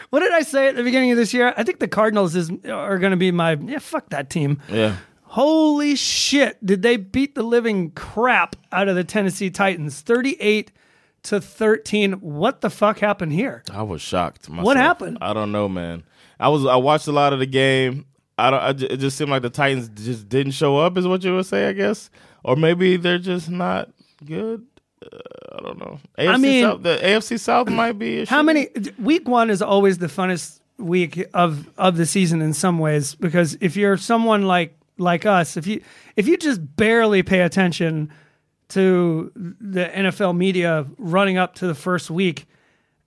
S2: what did I say at the beginning of this year? I think the Cardinals is are going to be my yeah. Fuck that team.
S1: Yeah,
S2: Holy shit! Did they beat the living crap out of the Tennessee Titans, thirty-eight to thirteen? What the fuck happened here?
S1: I was shocked. Myself.
S2: happened?
S1: I don't know, man. I was I watched a lot of the game. I don't. I ju- it just seemed like the Titans just didn't show up, is what you would say, I guess, or maybe they're just not good. Uh, I don't know. AFC I
S2: mean-
S1: mean, South, the AFC South might be. A
S2: How
S1: shit.
S2: many? Week one is always the funnest week of of the season in some ways because if you're someone like like us, if you if you just barely pay attention to the NFL media running up to the first week.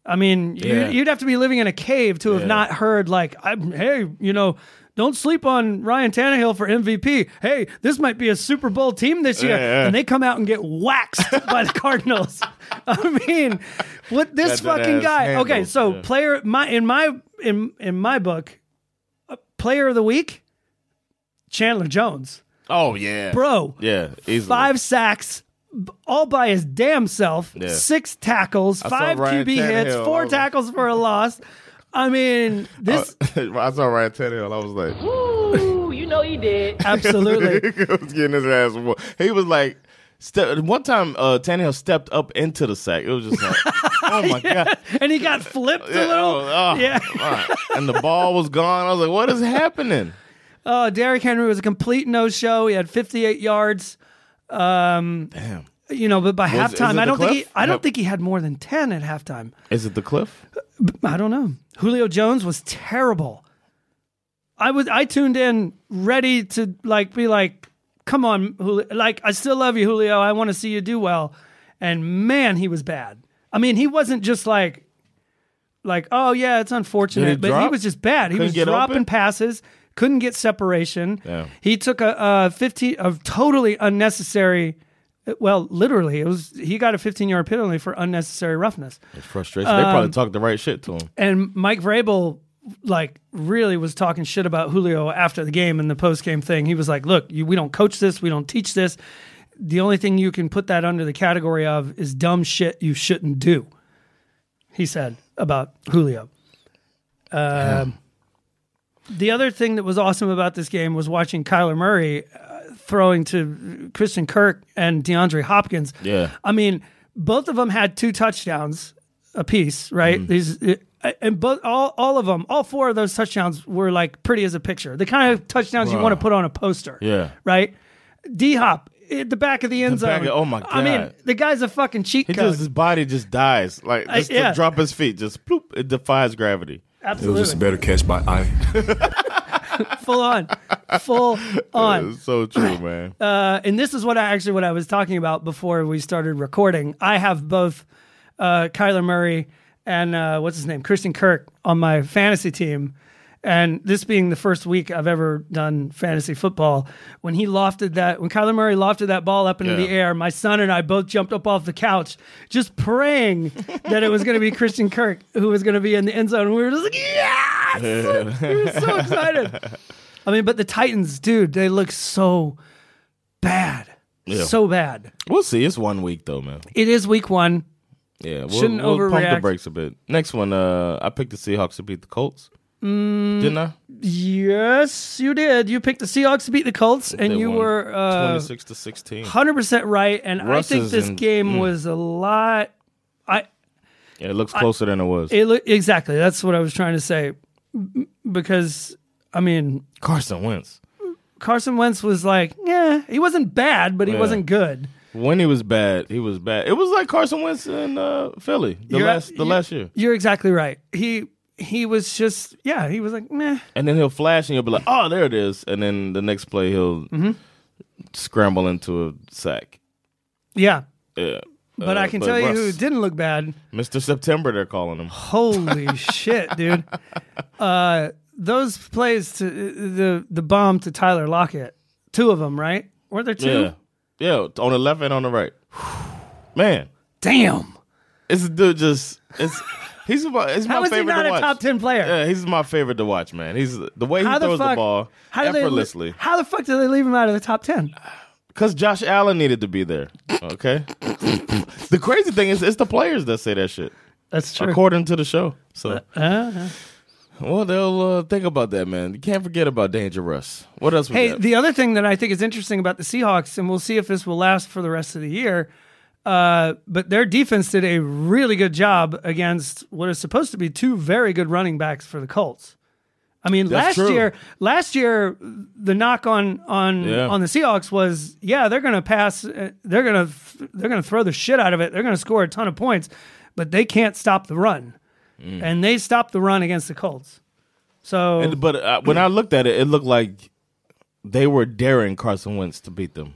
S2: I mean, you,
S1: Yeah.
S2: you'd have to be living in a cave to have not heard like, I'm, "Hey, you know, don't sleep on Ryan Tannehill for MVP. Hey, this might be a Super Bowl team this year."
S1: Yeah.
S2: And they come out and get waxed by the Cardinals. I mean, what this this
S1: that
S2: fucking
S1: ass
S2: guy.
S1: handle.
S2: Okay, so
S1: Yeah.
S2: player my in my in in my book, uh, player of the week, Chandler Jones,
S1: Oh yeah,
S2: bro,
S1: Yeah, easily.
S2: five sacks. b- All by his damn self,
S1: Yeah.
S2: six tackles,
S1: saw
S2: five
S1: Ryan
S2: QB hits,
S1: Tannehill.
S2: four
S1: I was-
S2: tackles for a loss. I mean, this
S1: I saw Ryan Tannehill. I was like,
S6: Ooh, you know he did.
S2: absolutely.
S1: was getting his ass. whooped. He was like, step, one time uh, Tannehill stepped up into the sack. It was just like, oh my god,
S2: and he got flipped a
S1: Yeah,
S2: little.
S1: oh, oh,
S2: yeah.
S1: all right. and the ball was gone. I was like, what is happening?
S2: Oh, Derrick Henry was a complete no show. He had 58 yards. Um,
S1: Damn,
S2: You know, but by
S1: Was- is
S2: halftime,
S1: it the
S2: I don't think he,
S1: cliff?
S2: I don't
S1: Yep.
S2: think he had more than 10 at halftime.
S1: is it the cliff?
S2: I don't know. Julio Jones was terrible. I was I tuned in ready to like be like, come on, Julio. like I still love you, Julio. I want to see you do well. And man, he was bad. I mean, he wasn't just like, like oh yeah, it's unfortunate,
S1: Did he
S2: but he
S1: drop?
S2: was just bad. He
S1: Couldn't
S2: was
S1: get
S2: dropping
S1: open?
S2: passes, couldn't get separation.
S1: Yeah.
S2: He took a, a fifteen of totally unnecessary. Well, literally, it was he got a fifteen yard penalty for unnecessary roughness.
S1: It's frustration. They
S2: Um,
S1: probably talked the right shit to him.
S2: And Mike Vrabel, like, really was talking shit about Julio after the game in the post game thing. He was like, "Look, you, we don't coach this, we don't teach this. The only thing you can put that under the category of is dumb shit you shouldn't do." He said about Julio. Um, the other thing that was awesome about this game was watching Kyler Murray uh, throwing to Christian Kirk and DeAndre Hopkins.
S1: Yeah.
S2: I mean, both of them had two touchdowns apiece, right?
S1: Mm-hmm.
S2: These it, and both all all of them, all four of those touchdowns were like pretty as a picture. The kind of touchdowns you want to put on a poster.
S1: Yeah.
S2: Right? D Hop at the back of the end
S1: The back
S2: zone.
S1: of- oh my
S2: I mean,
S1: God.
S2: the guy's a fucking cheat
S1: He
S2: code.
S1: just his body just dies. Like
S2: I-
S1: just
S2: yeah.
S1: to drop his feet, just bloop. It defies gravity.
S2: Absolutely.
S7: better catch by eye.
S2: full on. Full on.
S1: It's so true, man.
S2: Um, uh, and this is what I actually what I was talking about before we started recording. I have both uh, Kyler Murray and uh, what's his name, Christian Kirk, on my fantasy team. And this being the first week I've ever done fantasy football, when he lofted that, when Kyler Murray lofted that ball up into
S1: Yeah.
S2: the air, my son and I both jumped up off the couch, just praying that it was going to be Christian Kirk who was going to be in the end zone. And we were just like, yes! we were so excited. I mean, but the Titans, dude, they look so bad. So bad.
S1: we'll see. It's one week though, man.
S2: It is week one.
S1: Yeah, we'll,
S2: Shouldn't
S1: we'll pump
S2: overreact.
S1: the brakes a bit. Next one, uh, I picked the Seahawks to beat the Colts.
S2: Mm,
S1: Didn't I?
S2: Yes, you did. You picked the Seahawks to beat the Colts, and
S1: They
S2: you
S1: won
S2: were uh,
S1: 26 to 16.
S2: 100% right. And
S1: Russ
S2: I think
S1: is
S2: this
S1: in- mm.
S2: game was a lot. I
S1: Yeah, it looks closer than it was.
S2: it, loo- Exactly. That's what I was trying to say. M- Because, I mean,
S1: Carson Wentz.
S2: Carson Wentz was like, yeah, he wasn't bad, but he
S1: Yeah.
S2: wasn't good.
S1: When he was bad, he was bad. It was like Carson Wentz in uh, Philly the
S2: You're-
S1: last the
S2: you-
S1: last year.
S2: You're exactly right. He he was just, yeah, he was like, meh.
S1: And then he'll flash and you'll be like, "Oh, there it is." And then the next play he'll
S2: Mm-hmm.
S1: scramble into a sack.
S2: Yeah.
S1: Yeah.
S2: But
S1: Uh,
S2: I can tell you who Oh,
S1: Russ-
S2: didn't look bad.
S1: Mr. September they're calling him.
S2: Holy shit, dude! Uh, those plays to the the bomb to Tyler Lockett, two of them, right? Were there two?
S1: Yeah. Yeah, on the left and on the right. Man,
S2: Damn!
S1: it's a dude just it's he's about it's my
S2: How is he
S1: favorite
S2: not
S1: to
S2: a
S1: watch.
S2: top ten player?
S1: Yeah, he's my favorite to watch, man. He's the way he
S2: how the
S1: throws
S2: fuck?
S1: the ball
S2: how do
S1: effortlessly.
S2: They, li- how the fuck do they leave him out of the top ten?
S1: Because Josh Allen needed to be there. Okay. the crazy thing is, it's the players that say that shit,
S2: That's true.
S1: according to the show. So, well, they'll uh, think about that, man. You can't forget about Danger Russ. What else? We
S2: Hey,
S1: got?
S2: the other thing that I think is interesting about the Seahawks, and we'll see if this will last for the rest of the year, uh, but their defense did a really good job against what is supposed to be two very good running backs for the Colts. I mean,
S1: That's
S2: last
S1: true.
S2: year, last year, the knock on on
S1: Yeah.
S2: on the Seahawks was, yeah, they're going to pass, uh, they're going to f- they're going to throw the shit out of it, they're going to score a ton of points, but they can't stop the run, and they stopped the run against the Colts. So
S1: Mm. And, but uh, when I looked at it, it looked like they were daring Carson Wentz to beat them.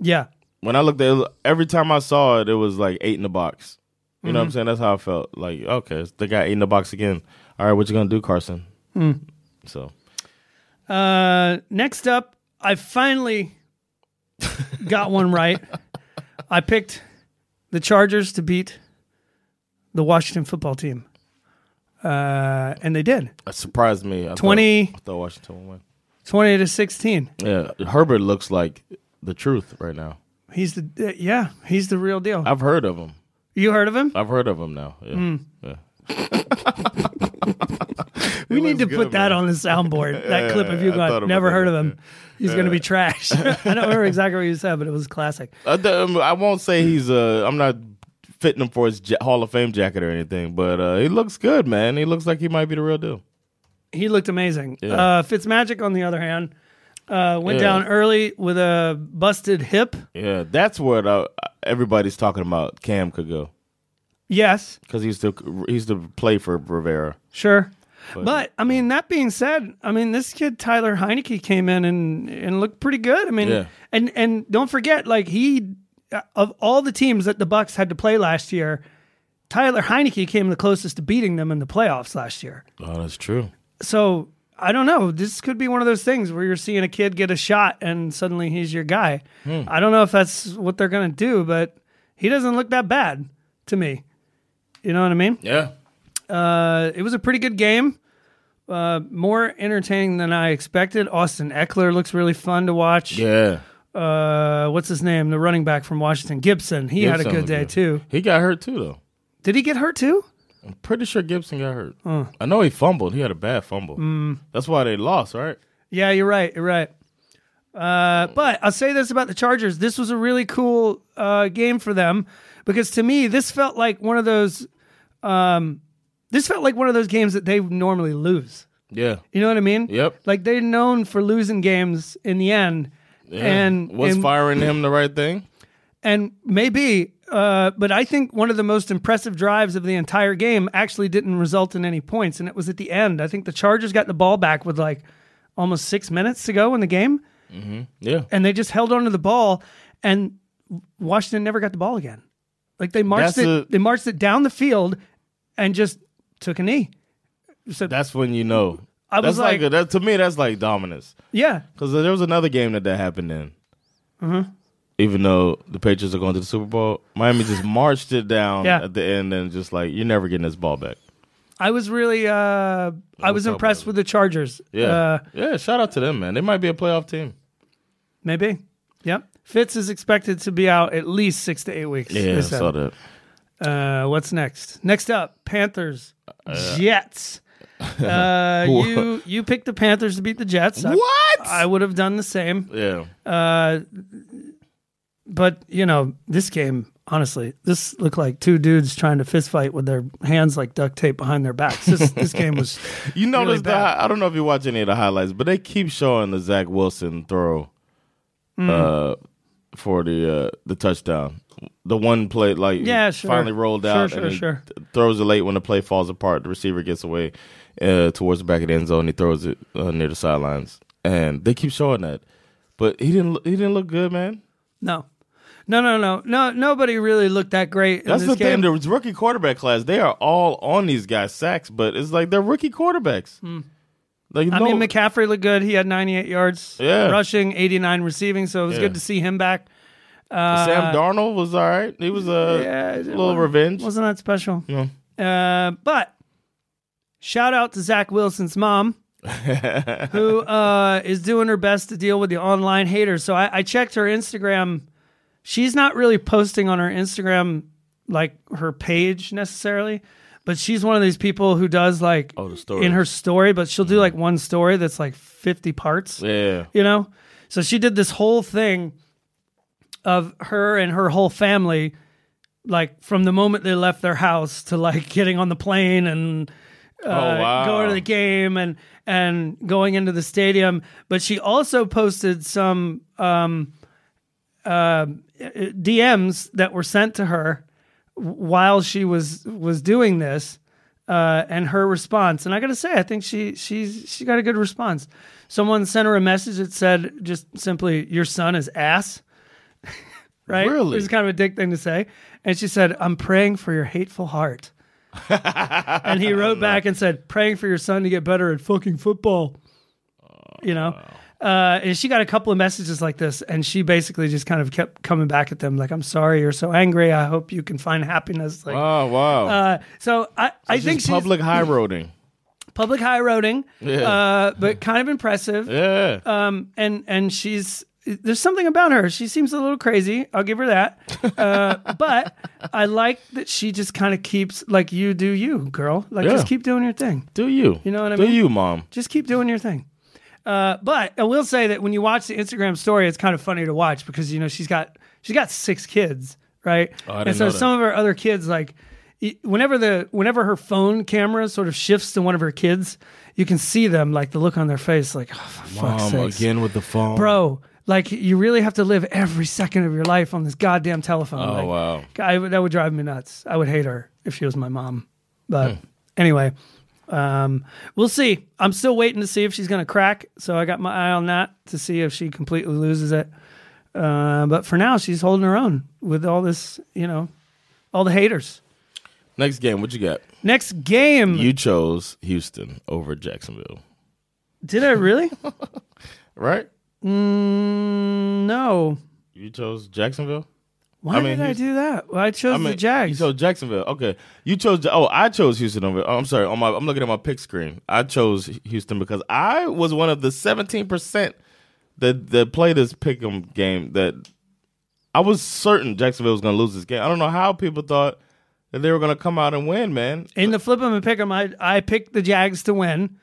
S2: yeah,
S1: When I looked at it, every time I saw it, it was like eight in the box. You
S2: Mm-hmm.
S1: know what I'm saying? That's how I felt. Like, okay, they got eight in the box again. All right, what you gonna do, Carson?
S2: Hmm.
S1: So
S2: Uh, next up, I finally got one right. I picked the Chargers to beat the Washington football team. Uh, and they did
S1: it surprised me. I thought-
S2: 20
S1: I thought Washington would win.
S2: 20 to 16.
S1: Yeah, Herbert looks like the truth right now.
S2: He's the, uh, yeah, he's the real deal.
S1: I've heard of him.
S2: You heard of him?
S1: I've heard of him now. Yeah.
S2: Hmm.
S1: Yeah.
S2: we need to
S1: good,
S2: put that
S1: man.
S2: on the soundboard, that clip of you
S1: I thought
S2: going,
S1: about
S2: never heard of
S1: that,
S2: him. He's going to be trash. I don't remember exactly what you said, but it was classic.
S1: I, th- I won't say he's uh I'm not fitting him for his ja- Hall of Fame jacket or anything, but uh, he looks good, man. He looks like he might be the real deal.
S2: He looked amazing.
S1: Yeah.
S2: Uh, Fitzmagic, on the other hand, uh, went
S1: Yeah.
S2: down early with a busted hip.
S1: Yeah, that's what uh everybody's talking about. Cam could go
S2: Yes,
S1: because he used to he used to play for Rivera.
S2: sure. But, I mean, that being said, I mean, this kid Tyler Heineke came in and and looked pretty good. I mean,
S1: Yeah.
S2: and and don't forget, like he uh, of all the teams that the Bucks had to play last year, Tyler Heineke came the closest to beating them in the playoffs last year.
S1: Oh, that's true.
S2: So I don't know. This could be one of those things where you're seeing a kid get a shot and suddenly he's your guy.
S1: Hmm.
S2: I don't know if that's what they're gonna do, but he doesn't look that bad to me. You know what I mean?
S1: Yeah,
S2: Uh, it was a pretty good game. Uh, more entertaining than I expected. Austin Eckler looks really fun to watch.
S1: yeah.
S2: Uh, what's his name? The running back from Washington, Gibson. He had a
S1: Gibson
S2: good
S1: looked
S2: day too.
S1: He got hurt too, though.
S2: Did he get hurt too?
S1: I'm pretty sure Gibson got hurt. I know he fumbled. He had a bad fumble.
S2: Hmm.
S1: That's why they lost, right?
S2: Yeah, you're right. You're right. Uh, but I'll say this about the Chargers. This was a really cool uh, game for them because to me, this felt like one of those. Um, this felt like one of those games that they normally lose.
S1: Yeah.
S2: You know what I mean?
S1: Yep.
S2: Like they're known for losing games in the end. And
S1: was
S2: and,
S1: firing him the right thing?
S2: and maybe, uh, but I think one of the most impressive drives of the entire game actually didn't result in any points, and it was at the end. I think the Chargers got the ball back with like almost six minutes to go in the game,
S1: Mm-hmm. Yeah.
S2: and they just held on to the ball, and Washington never got the ball again. Like they marched
S1: That's
S2: it,
S1: a-
S2: they marched it down the field, and just took a knee.
S1: That's when you know.
S2: I was
S1: that's like,
S2: like-
S1: that to me. That's like dominance.
S2: Yeah,
S1: Because there was another game that that happened in.
S2: Mm-hmm.
S1: Even though the Patriots are going to the Super Bowl, Miami just marched it down
S2: Yeah.
S1: at the end and just like you're never getting this ball back.
S2: I was really, uh, I was
S1: about
S2: impressed with the Chargers.
S1: Yeah,
S2: Uh,
S1: yeah. Shout out to them, man. They might be a playoff team.
S2: Maybe. Yep. Fitz is expected to be out at least six to eight weeks.
S1: Yeah,
S2: they
S1: I
S2: said.
S1: saw that.
S2: Uh, what's next? Next up, Panthers, Jets. Uh, you you picked the Panthers to beat the Jets. What? I, would have done the same.
S1: Yeah,
S2: Uh, but you know this game, honestly, this looked like two dudes trying to fist fight with their hands like duct tape behind their backs. This this game was
S1: you notice
S2: really
S1: the.
S2: bad.
S1: hi- I don't know if you watch any of the highlights, but they keep showing the Zach Wilson throw,
S2: Hmm.
S1: uh, for the uh, the touchdown. The one play, like he
S2: Yeah, sure.
S1: finally rolled out,
S2: Sure,
S1: and he
S2: sure, sure.
S1: th- throws it late when the play falls apart. The receiver gets away uh, towards the back of the end zone. He throws it uh, near the sidelines, and they keep showing that. But he didn't. lo- He didn't look good, man.
S2: no. No, no, no, no! Nobody really looked that great. in
S1: That's
S2: this
S1: the
S2: game.
S1: thing. The rookie quarterback class, they are all on these guys' sacks, but it's like they're rookie quarterbacks. Like
S2: Hmm. I
S1: no,
S2: mean, McCaffrey looked good. He had 98 yards
S1: Yeah.
S2: rushing, 89 receiving. So it was
S1: Yeah.
S2: good to see him back. Uh,
S1: Sam Darnold was all right. He was a
S2: Yeah, it
S1: little
S2: wasn't-
S1: revenge.
S2: Wasn't that special? Uh, but shout out to Zach Wilson's mom, who uh, is doing her best to deal with the online haters. So I, I checked her Instagram. She's not really posting on her Instagram, like her page necessarily. But she's one of these people who does like
S1: Oh, the Mm. stories.
S2: in her story, but she'll do like one story that's like 50 parts.
S1: yeah,
S2: you know so she did this whole thing of her and her whole family like from the moment they left their house to like getting on the plane and uh,
S1: Oh, wow.
S2: going to the game and and going into the stadium. But she also posted some um, uh, DMs that were sent to her while she was was doing this uh, and her response. And I got to say, I think she she's she got a good response. Someone sent her a message that said just simply, "Your son is ass." right?
S1: Really?
S2: It was kind of a dick thing to say. And she said, "I'm praying for your hateful heart." and he wrote back and said, "Praying for your son to get better at fucking football." You know. Uh, and she got a couple of messages like this, and she basically just kind of kept coming back at them like, "I'm sorry, you're so angry. I hope you can find happiness." Like,
S1: Oh wow!
S2: uh, so I, I think she's
S1: public
S2: public,
S1: high roading.
S2: public high roading,
S1: Yeah.
S2: uh, but kind of impressive.
S1: Yeah.
S2: Um, and and she's there's something about her. She seems a little crazy. I'll give her that. Uh, but I like that she just kind of keeps like you do you, girl. Like just
S1: Yeah.
S2: keep doing your thing.
S1: do you?
S2: You know what I
S1: Do
S2: mean?
S1: you, mom?
S2: Just keep doing your thing. Uh, but I will say that when you watch the Instagram story, it's kind of funny to watch because you know she's got she's got six kids, right?
S1: Oh, I didn't
S2: and so
S1: know that.
S2: some of her other kids, like y- whenever the whenever her phone camera sort of shifts to one of her kids, you can see them like the look on their face, like oh, for fuck's
S1: Mom
S2: sakes.
S1: again with the phone,
S2: bro. Like you really have to live every second of your life on this goddamn telephone.
S1: Oh
S2: Like,
S1: wow!
S2: I, that would drive me nuts. I would hate her if she was my mom.
S1: Hmm.
S2: But anyway, um, we'll see. I'm still waiting to see if she's going to crack. So I got my eye on that to see if she completely loses it. Uh, but for now, she's holding her own with all this, you know, all the haters.
S1: Next game, what you got?
S2: Next game.
S1: You chose Houston over Jacksonville,
S2: Did I really?
S1: right?
S2: no.
S1: You chose Jacksonville.
S2: Why
S1: I mean,
S2: did I
S1: he's-
S2: do that? Well, I chose the Jags.
S1: You chose Jacksonville. Okay. You chose. Oh, I chose Houston over. Oh, I'm sorry. On my, I'm looking at my pick screen. I chose Houston because I was one of the 17 percent that that played this pick'em game. That I was certain Jacksonville was going to lose this game. I don't know how people thought that they were going to come out and win, man.
S2: in the flip 'em and pick 'em, I I picked the Jags to win.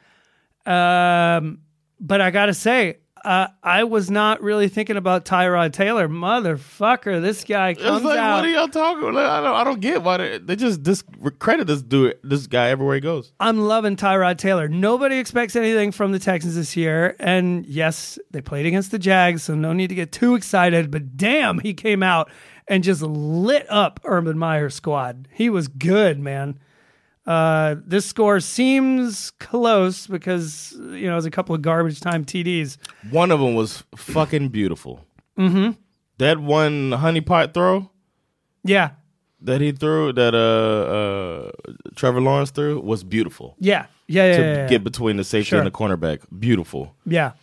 S2: Um, but I gotta say, uh, I was not really thinking about Tyrod Taylor, motherfucker. This guy
S1: It's
S2: comes
S1: like,
S2: out.
S1: what are y'all talking? About? Like, I don't. I don't get why they, they just discredit this dude, this guy everywhere he goes.
S2: I'm loving Tyrod Taylor. Nobody expects anything from the Texans this year, and yes, they played against the Jags, so no need to get too excited. But damn, he came out and just lit up Urban Meyer's squad. He was good, man. Uh, this score seems close because you know it was a couple of garbage time TDs.
S1: One of them was fucking beautiful. Mm-hmm. That one honey pot throw.
S2: Yeah,
S1: that he threw that uh uh Trevor Lawrence threw was beautiful.
S2: yeah, yeah, yeah,
S1: To
S2: yeah, yeah.
S1: get between the safety and
S2: Sure.
S1: the cornerback, beautiful.
S2: yeah.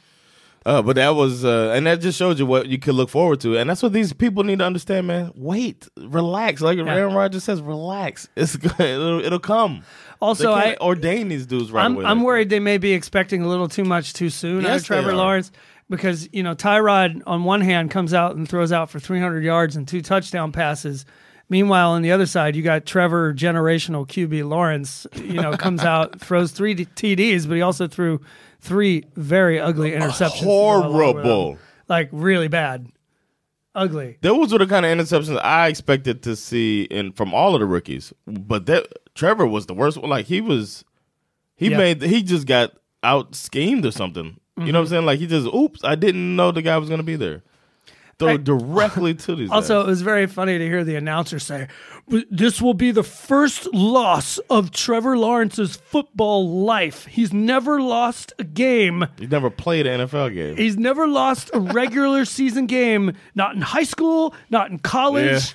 S1: Uh, but that was, uh, and that just showed you what you could look forward to, and that's what these people need to understand, man. Wait, relax. Like Aaron Rodgers says, relax. It's good. It'll, it'll come. They
S2: Also, I
S1: can't ordain these dudes right
S2: I'm,
S1: away.
S2: I'm
S1: like
S2: worried they may be expecting a little too much too soon out
S1: Yes,
S2: of
S1: they
S2: Trevor
S1: are.
S2: Lawrence because you know Tyrod on one hand comes out and throws out for 300 yards and two touchdown passes. Meanwhile, on the other side, you got Trevor generational QB Lawrence. You know, comes out throws three TDs, but he also threw three very ugly
S1: that.
S2: interceptions. to go along with them.
S1: horrible.
S2: like really bad, ugly.
S1: Those were the kind of interceptions I expected to see in from all of the rookies. But that Trevor was the worst one. Like he was he
S2: Yeah.
S1: made he just got out schemed or something. You
S2: Mm-hmm.
S1: know what I'm saying? Like he just oops, I didn't know the guy was gonna be there. Throw
S2: I-
S1: directly to these.
S2: Also,
S1: guys.
S2: it was very funny to hear the announcer say, "This will be the first loss of Trevor Lawrence's football life. He's never lost a game.
S1: he never played an NFL game.
S2: He's never lost a regular season game. Not in high school. Not in college.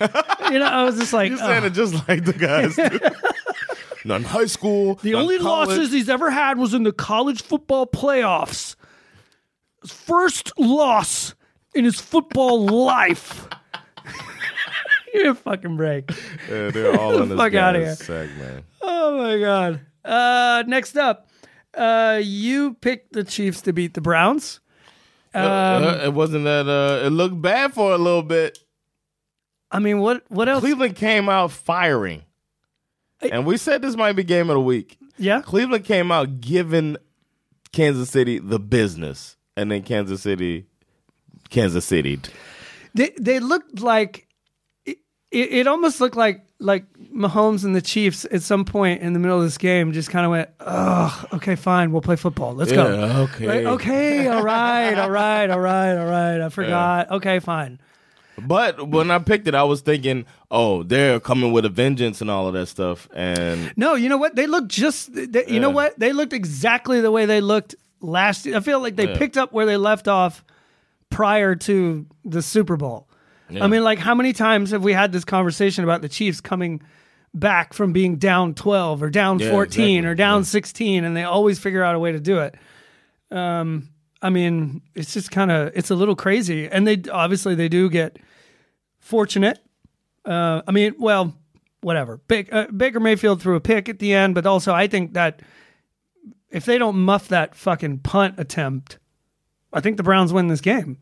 S2: you know, I was just like,
S1: You
S2: "Ugh."
S1: saying it just like the guys do. Not in high school.
S2: the
S1: not in
S2: only
S1: college.
S2: losses he's ever had was in the college football playoffs. His first loss in his football life. You're a fucking break.
S1: Yeah, they're all in this
S2: Fuck outta
S1: guy's sack, man.
S2: Oh my god. Uh, next up, uh, you picked the Chiefs to beat the Browns. Um,
S1: Uh, it wasn't that uh, it looked bad for a little bit.
S2: I mean, what what else?
S1: Cleveland came out firing. And we said this might be game of the week.
S2: Yeah,
S1: Cleveland came out giving Kansas City the business. And then Kansas City Kansas City.
S2: they they looked like it, it. Almost looked like like Mahomes and the Chiefs at some point in the middle of this game just kind of went, "Ugh, okay, fine, we'll play football. Let's go."
S1: Yeah, okay.
S2: Like, okay, all right, all right, all right, all right. I forgot. Okay, fine.
S1: But when I picked it, I was thinking, oh, they're coming with a vengeance and all of that stuff. And
S2: No, you know what? They look just. They, you know
S1: Yeah.
S2: what? They looked exactly the way they looked last. year. I feel like they picked up where they left off prior to the Super Bowl. I mean, like, how many times have we had this conversation about the Chiefs coming back from being down twelve or down
S1: Yeah,
S2: fourteen
S1: exactly.
S2: or down sixteen, and they always figure out a way to do it. Um, I mean, it's just kind of it's a little crazy, and they obviously they do get fortunate. Uh, I mean, well, whatever. Big, uh, Baker Mayfield threw a pick at the end, but also I think that if they don't muff that fucking punt attempt, I think the Browns win this game.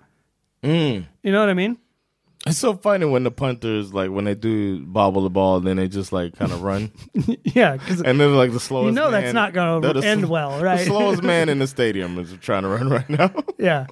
S1: Mm.
S2: You know what I mean?
S1: it's so funny when the punters, like, when they do bobble the ball, then they just, like, kind of run.
S2: Yeah, because
S1: And then, like, the slowest
S2: know that's
S1: man-
S2: not gonna
S1: they're the
S2: end
S1: sl-
S2: well, right?
S1: The slowest man in the stadium is trying to run right now.
S2: yeah,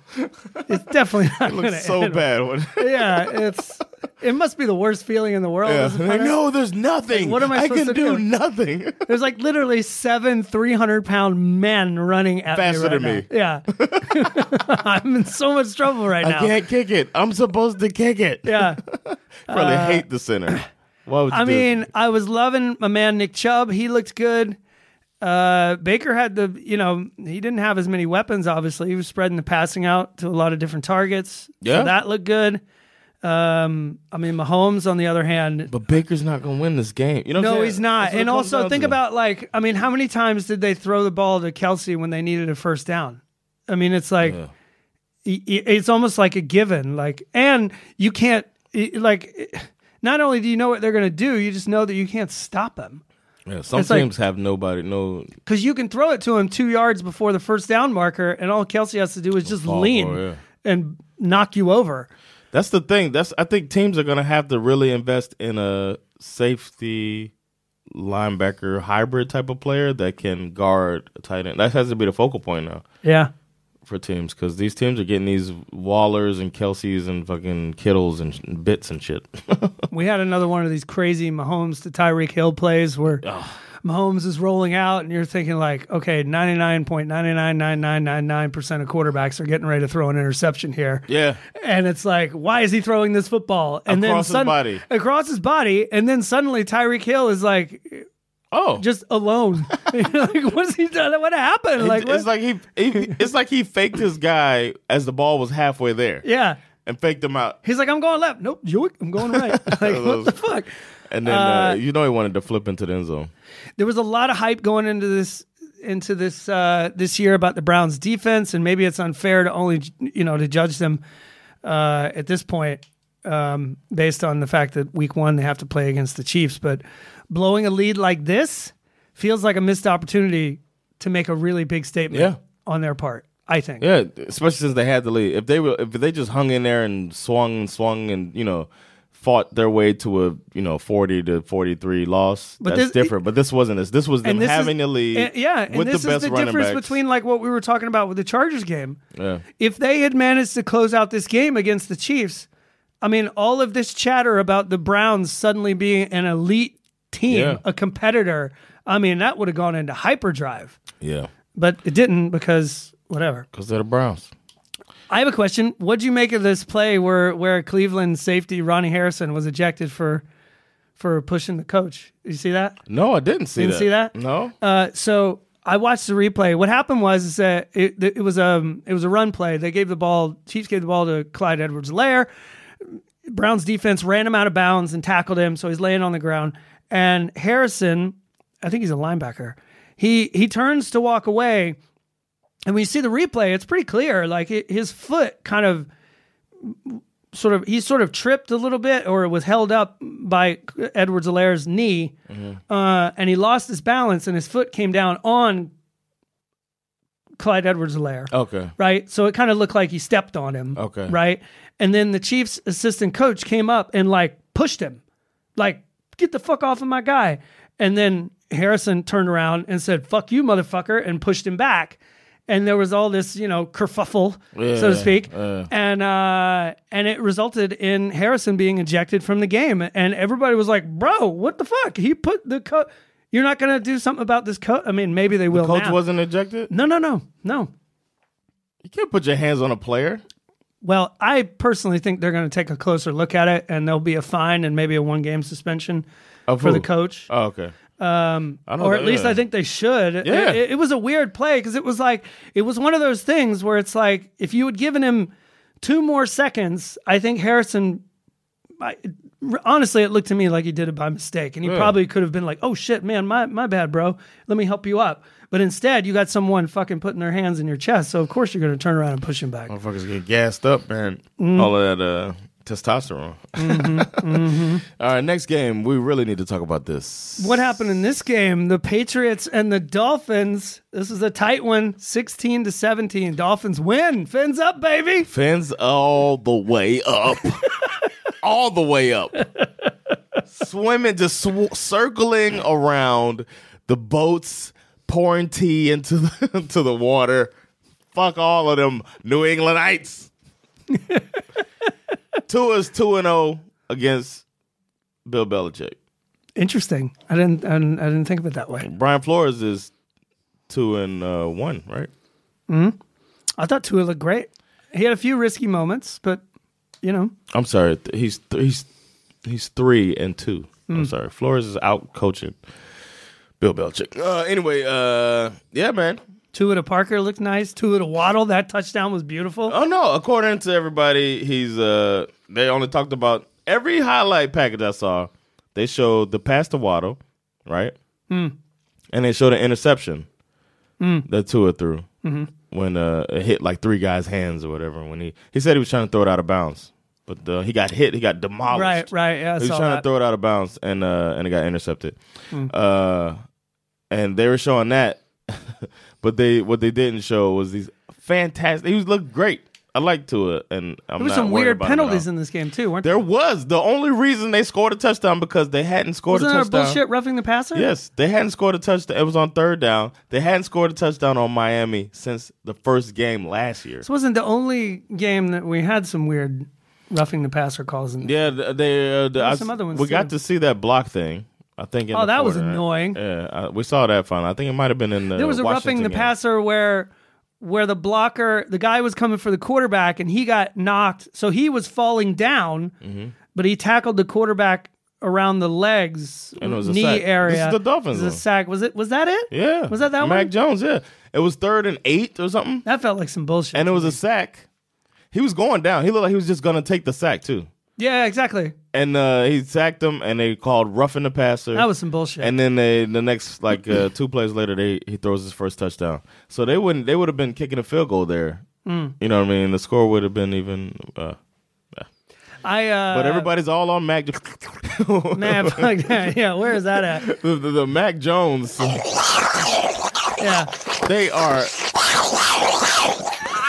S2: it's definitely not going to
S1: Looks so bad. When-
S2: Yeah, it's it must be the worst feeling in the world.
S1: Yeah.
S2: as a
S1: Like,
S2: punter.
S1: no, there's nothing.
S2: Like, what am I supposed
S1: can
S2: to
S1: do?
S2: do?
S1: Nothing.
S2: There's like literally seven 300 pound men running at
S1: Faster
S2: me right
S1: than
S2: now.
S1: me.
S2: Yeah, I'm in so much trouble right
S1: I
S2: now.
S1: can't kick it. I'm supposed to kick it.
S2: Yeah. Uh,
S1: Probably hate the center. Why would you
S2: I
S1: do
S2: mean, I was loving my man Nick Chubb. He looked good. Uh, Baker had the, you know, he didn't have as many weapons, obviously. He was spreading the passing out to a lot of different targets.
S1: Yeah.
S2: So that looked good. Um, I mean, Mahomes, on the other hand,
S1: But Baker's not going to win this game. You know? what I'm
S2: no,
S1: saying?
S2: he's not.
S1: That's what
S2: And
S1: it comes
S2: also,
S1: down
S2: think
S1: to.
S2: about, like, I mean, how many times did they throw the ball to Kelsey when they needed a first down? I mean, it's like, i- i- it's almost like a given. Like, and you can't, i- like, not only do you know what they're going to do, you just know that you can't stop them.
S1: Yeah, some
S2: It's like-
S1: teams have nobody. No,
S2: because you can throw it to him two yards before the first down marker, and all Kelsey has to do is just lean
S1: for it, yeah.
S2: and knock you over.
S1: that's the thing. That's I think teams are gonna have to really invest in a safety linebacker hybrid type of player that can guard a tight end. That has to be the focal point now
S2: Yeah,
S1: for teams because these teams are getting these Wallers and Kelseys and fucking Kittles and sh- bits and shit.
S2: we had another one of these crazy Mahomes to Tyreek Hill plays where Mahomes is rolling out, and you're thinking like, okay, ninety nine point ninety nine nine nine nine nine percent of quarterbacks are getting ready to throw an interception here.
S1: yeah,
S2: And it's like, why is he throwing this football? And
S1: Across his
S2: then sud-
S1: body.
S2: across his body, and then suddenly Tyreek Hill is like
S1: Oh,
S2: just alone. like, what's he done? What happened? Like,
S1: It-
S2: what?
S1: it's like he, he- it's like he faked his guy as the ball was halfway there
S2: yeah.
S1: and faked him out.
S2: He's like, I'm going left. Nope, yoink, I'm going right. like, what the fuck?
S1: And then uh, you know he wanted to flip into the end zone.
S2: There was a lot of hype going into this into this uh, this year about the Browns defense, and maybe it's unfair to only you know to judge them uh, at this point um, based on the fact that week one they have to play against the Chiefs. But blowing a lead like this feels like a missed opportunity to make a really big statement
S1: Yeah.
S2: on their part. I think.
S1: Yeah, especially since they had the lead. If they were, if they just hung in there and swung and swung and you know fought their way to a you know forty to forty three loss,
S2: But
S1: that's
S2: this-
S1: different. but this wasn't this. This was them
S2: this
S1: having
S2: is,
S1: the lead.
S2: and- yeah, and
S1: with
S2: this
S1: the best
S2: is the
S1: running
S2: difference
S1: backs.
S2: between like what we were talking about with the Chargers game.
S1: Yeah.
S2: If they had managed to close out this game against the Chiefs, I mean, all of this chatter about the Browns suddenly being an elite team,
S1: Yeah.
S2: a competitor, I mean, that would have gone into hyperdrive,
S1: yeah,
S2: but it didn't because whatever.
S1: because they're the Browns.
S2: I have a question. What'd you make of this play where where Cleveland safety Ronnie Harrison was ejected for for pushing the coach? You see that?
S1: No, I didn't see
S2: Didn't
S1: that.
S2: see that?
S1: No.
S2: Uh, so I watched the replay. What happened was is that it, it was um it was a run play. They gave the ball. Chiefs gave the ball to Clyde Edwards-Helaire. Browns defense ran him out of bounds and tackled him, so he's laying on the ground. And Harrison, I think he's a linebacker. He he turns to walk away, and when you see the replay, it's pretty clear. Like hi- his foot kind of sort of he sort of tripped a little bit or was held up by Edwards Alaire's knee uh, and he lost his balance and his foot came down on Clyde Edwards Alaire.
S1: okay.
S2: Right? So it kind of looked like he stepped on him.
S1: Okay.
S2: Right? And then the Chiefs assistant coach came up and like pushed him. Like, get the fuck off of my guy. And then Harrison turned around and said, fuck you, motherfucker, and pushed him back. and there was all this, you know, kerfuffle, so to speak, and uh, and it resulted in Harrison being ejected from the game, and everybody was like, "Bro, what the fuck? He put the coach. You're not gonna do something about this coach? I mean, maybe they will.
S1: Coach
S2: now.
S1: wasn't ejected.
S2: No, no, no, no.
S1: You can't put your hands on a player.
S2: Well, I personally think they're going to take a closer look at it, and there'll be a fine and maybe a one-game suspension
S1: Of
S2: for the
S1: who?
S2: coach.
S1: Oh, okay. Um,
S2: or at least I think they should. It-
S1: Yeah.
S2: It, it was a weird play because it was like it was one of those things where it's like if you had given him two more seconds, I think Harrison. I, honestly, it looked to me like he did it by mistake, and he probably could have been like, "Oh shit, man, my my bad, bro. Let me help you up." But instead, you got someone fucking putting their hands in your chest, so of course you're going to turn around and push him back.
S1: Motherfuckers get gassed up, man.
S2: Mm-hmm.
S1: All of that uh, testosterone. All right, next game. We really need to talk about this.
S2: mm-hmm. What happened in this game? The Patriots and the Dolphins. This is a tight one, 16 to 17. Dolphins win. Fins up, baby.
S1: Fins all the way up. all the way up. Swimming, just sw- circling around the boats, pouring tea into the, into the water. Fuck all of them New Englandites. Tua's 2 and 0 against Bill Belichick.
S2: Interesting. I didn't I didn't, I didn't think of it that way.
S1: Brian Flores is 2 and uh, 1, right?
S2: I thought Tua looked great. He had a few risky moments, but you know,
S1: I'm sorry. th- He's th- he's he's three and two.
S2: Hmm.
S1: I'm sorry. Flores is out coaching Bill Belichick. Uh, anyway, uh, yeah, man.
S2: Tua to Parker looked nice. Tua to Waddle, that touchdown was beautiful.
S1: Oh no! According to everybody, he's uh, they only talked about every highlight package I saw. They showed the pass to Waddle, right?
S2: Hmm.
S1: And they showed an interception that Tua threw
S2: Mm-hmm.
S1: when uh, it hit like three guys' hands or whatever. When he he said he was trying to throw it out of bounds, but uh, he got hit. He got demolished.
S2: right, right. Yeah, I
S1: He was
S2: saw
S1: trying to
S2: that. Hmm.
S1: throw it out of bounds and uh and it got intercepted. Uh and they were showing that, but they what they didn't show was these fantastic. He was looked great. I like Tua, and I'm
S2: there was
S1: not
S2: some
S1: worried
S2: weird
S1: about him at
S2: penalties
S1: all.
S2: in this game too, weren't
S1: There was the only reason they scored a touchdown because they hadn't scored
S2: Wasn't
S1: a
S2: there a
S1: touchdown.
S2: bullshit roughing the passer?
S1: Yes, they hadn't scored a touchdown. It was on third down. They hadn't scored a touchdown on Miami since the first game last year.
S2: This wasn't the only game that we had some weird roughing the passer calls in.
S1: Yeah, th- they. Uh, the, I,
S2: some other ones,
S1: we got to
S2: too.
S1: see that block thing. I think. In
S2: Oh,
S1: the
S2: that was
S1: quarter, right?
S2: annoying.
S1: Yeah, I, we saw that final. I think it might have been in the.
S2: there was a
S1: uh, Washington
S2: roughing the
S1: game.
S2: passer where where the blocker the guy was coming for the quarterback and he got knocked so he was falling down
S1: Mm-hmm.
S2: but he tackled the quarterback around the legs
S1: And it was a
S2: knee
S1: sack.
S2: area
S1: This is the Dolphins
S2: it was a
S1: one.
S2: sack was it was that it
S1: Yeah,
S2: was that that
S1: Mac
S2: one
S1: Jones? Yeah, it was third and eight or something,
S2: that felt like some bullshit
S1: and it was a sack. He was going down. He looked like he was just gonna take the sack too,
S2: yeah exactly
S1: and uh, he sacked him, and they called roughing the passer.
S2: that was some bullshit
S1: And then they, the next like uh, two plays later, they he throws his first touchdown. So they wouldn't they would have been kicking a field goal there.
S2: Hmm.
S1: You know what I mean? The score would have been even. Uh,
S2: i uh
S1: But everybody's all on Mac. Just
S2: man fuck that. yeah where is that at
S1: the, the, the Mac Jones.
S2: yeah
S1: They are.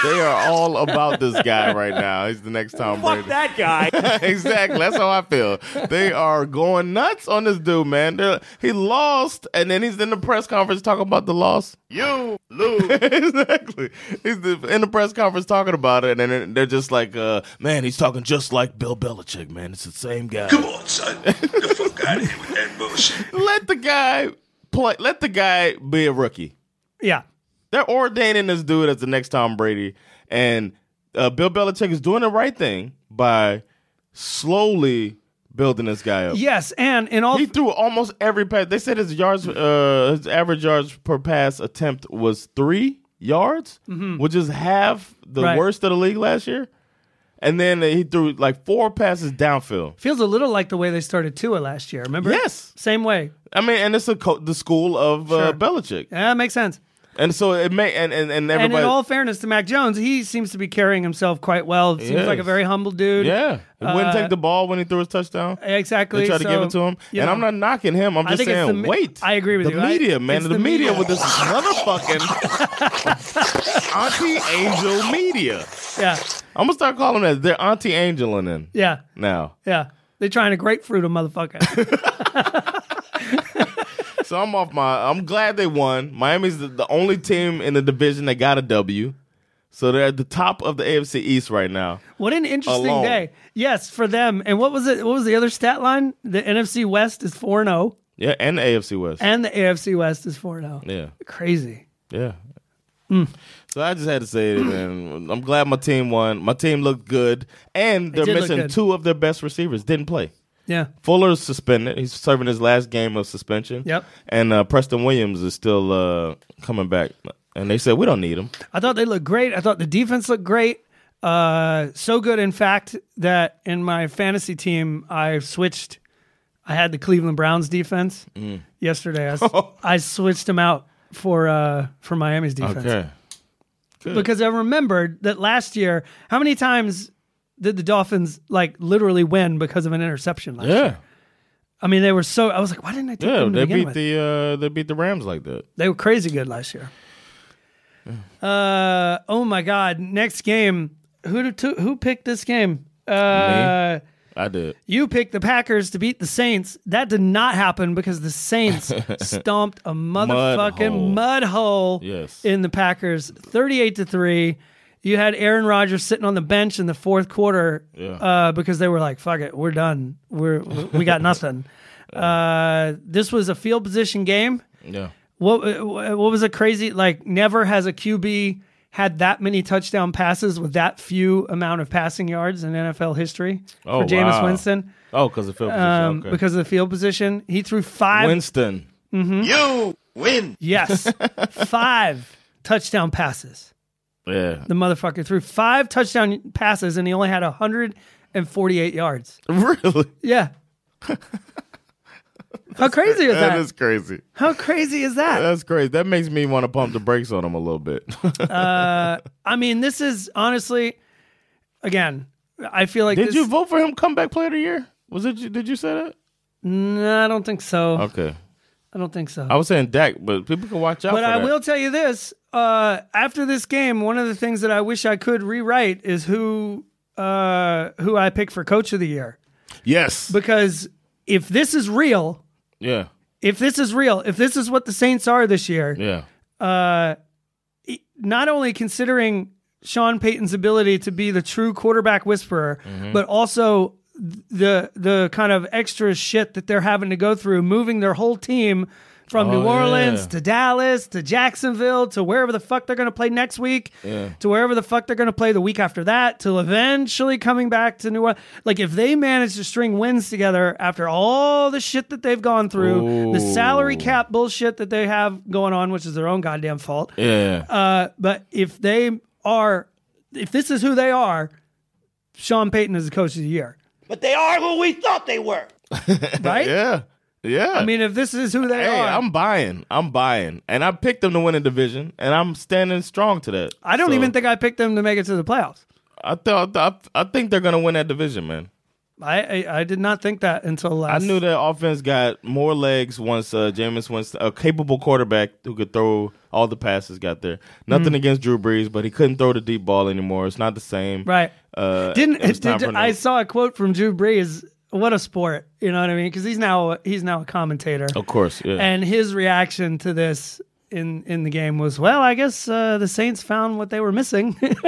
S1: They are all about this guy right now. He's the next Tom Brady.
S3: Fuck that guy.
S1: exactly. That's how I feel. They are going nuts on this dude, man. They're, he lost, and then he's in the press conference talking about the loss. You lose. exactly. He's the, in the press conference talking about it, and then they're just like, uh, man, he's talking just like Bill Belichick, man. It's the same guy.
S4: Come on, son. Get the fuck out of here with that bullshit.
S1: Let the guy play. Let the guy be a rookie.
S2: yeah
S1: They're ordaining this dude as the next Tom Brady, and uh, Bill Belichick is doing the right thing by slowly building this guy up.
S2: yes and in all
S1: He threw almost every pass. They said his yards, uh, his average yards per pass attempt was three yards, which is half the
S2: Mm-hmm. Right.
S1: worst of the league last year. And then he threw like four passes downfield.
S2: feels a little like the way they started Tua last year remember
S1: Yes.
S2: same way
S1: I mean, and it's a co- the school of uh,
S2: Sure.
S1: Belichick,
S2: yeah makes sense
S1: and so it may and and, and everybody.
S2: And in all fairness to Mac Jones, he seems to be carrying himself quite well. Seems
S1: Yes.
S2: like a very humble dude.
S1: yeah, he wouldn't
S2: Uh,
S1: take the ball when he threw his touchdown.
S2: exactly.
S1: They tried
S2: so,
S1: to give it to him,
S2: you
S1: and
S2: know,
S1: I'm not knocking him. I'm
S2: I
S1: just
S2: think it's
S1: saying,
S2: the me-
S1: wait.
S2: I agree with
S1: the
S2: you. I-
S1: media, man,
S2: it's
S1: the,
S2: the
S1: media,
S2: media.
S1: with this motherfucking Auntie Angel media.
S2: Yeah,
S1: I'm gonna start calling that. They're Auntie Angel and then
S2: yeah,
S1: now.
S2: yeah. They're trying to grapefruit a motherfucker.
S1: So I'm off my. I'm glad they won. Miami's the, the only team in the division that got a W. So they're at the top of the AFC East right now.
S2: What an interesting
S1: Alone.
S2: day. Yes, for them. And what was it? What was the other stat line? The NFC West is 4 0
S1: Yeah, and the AFC West.
S2: and the AFC West is 4 0.
S1: yeah,
S2: Crazy.
S1: yeah.
S2: Mm.
S1: So I just had to say it, man. I'm glad my team won. My team looked good, and they're
S2: did look
S1: missing
S2: good.
S1: two of their best receivers. Didn't play.
S2: Yeah.
S1: Fuller's suspended. He's serving his last game of suspension.
S2: Yep.
S1: And uh, Preston Williams is still uh, coming back. And they said we don't need him.
S2: I thought they looked great. I thought the defense looked great. Uh, so good, in fact, that in my fantasy team, I switched. I had the Cleveland Browns defense
S1: Mm.
S2: yesterday. I, s- I switched them out for uh, for Miami's defense
S1: Okay.
S2: because I remembered that last year. How many times did the Dolphins like literally win because of an interception? Last year?
S1: Yeah.
S2: I mean they were so. I was like, why didn't I take
S1: Yeah.
S2: them to
S1: They
S2: begin
S1: beat
S2: with?
S1: the uh, they beat the Rams like that.
S2: They were crazy good last year. Uh oh my god! Next game, who did- who- who picked this game? Uh,
S1: I did.
S2: you picked the Packers to beat the Saints. That did not happen because the Saints stomped a
S1: hole.
S2: motherfucking mud hole,
S1: Yes.
S2: in the Packers, thirty-eight to three. You had Aaron Rodgers sitting on the bench in the fourth quarter uh, because they were like, "Fuck it, we're done. We're we got nothing." uh, this was a field position game.
S1: Yeah.
S2: What what was a crazy like? Never has a QB had that many touchdown passes with that few amount of passing yards in NFL history
S1: Oh,
S2: for Jameis
S1: wow.
S2: Winston
S1: Oh, because of field position.
S2: um,
S1: okay.
S2: because of the field position. He threw five.
S1: Winston.
S3: You win.
S2: Yes, five touchdown passes.
S1: Yeah.
S2: The motherfucker threw five touchdown passes and he only had hundred and forty-eight yards.
S1: really?
S2: Yeah. How crazy is
S1: That
S2: that?
S1: is crazy.
S2: How crazy is that?
S1: That's crazy. That makes me want to pump the brakes on him a little bit.
S2: I mean, this is honestly, again, I feel like
S1: did
S2: this,
S1: you vote for him comeback player of the year? Was it? you- Did you say that?
S2: No, I don't think so.
S1: Okay.
S2: I don't think so.
S1: I was saying Dak, but people can watch out.
S2: but
S1: for
S2: I
S1: that.
S2: will tell you this: uh, after this game, one of the things that I wish I could rewrite is who uh, who I pick for coach of the year.
S1: Yes.
S2: Because if this is real,
S1: yeah.
S2: if this is real, if this is what the Saints are this year,
S1: Yeah.
S2: not only considering Sean Payton's ability to be the true quarterback whisperer,
S1: Mm-hmm.
S2: but also the the kind of extra shit that they're having to go through moving their whole team from
S1: Oh,
S2: New Orleans
S1: yeah.
S2: to Dallas to Jacksonville to wherever the fuck they're going to play next week to wherever the fuck they're going to play the week after that to eventually coming back to New Orleans. Like if they manage to string wins together after all the shit that they've gone through, the salary cap bullshit that they have going on, which is their own goddamn fault.
S1: Yeah.
S2: Uh, but if they are, if this is who they are, Sean Payton is the coach of the year,
S3: But they are who we thought they were.
S2: right?
S1: yeah. Yeah.
S2: I mean, if this is who they
S1: Hey,
S2: are,
S1: I'm buying. I'm buying. And I picked them to win a division, and I'm standing strong to that.
S2: I don't
S1: So,
S2: even think I picked them to make it to the playoffs.
S1: I thought I, I think they're gonna win that division, man.
S2: I, I, I did not think that until
S1: I
S2: last.
S1: knew that offense got more legs once uh, Jameis Winston, a capable quarterback who could throw all the passes, got there.
S2: Mm.
S1: Nothing against Drew Brees, but he couldn't throw the deep ball anymore. It's not the same.
S2: Right?
S1: Uh,
S2: Didn't
S1: it was time
S2: did,
S1: for
S2: I
S1: them-
S2: saw a quote from Drew Brees? What a sport, you know what I mean? Because he's now he's now a commentator,
S1: Of course. Yeah.
S2: and his reaction to this. In, in the game was well, I guess uh, the Saints found what they were missing.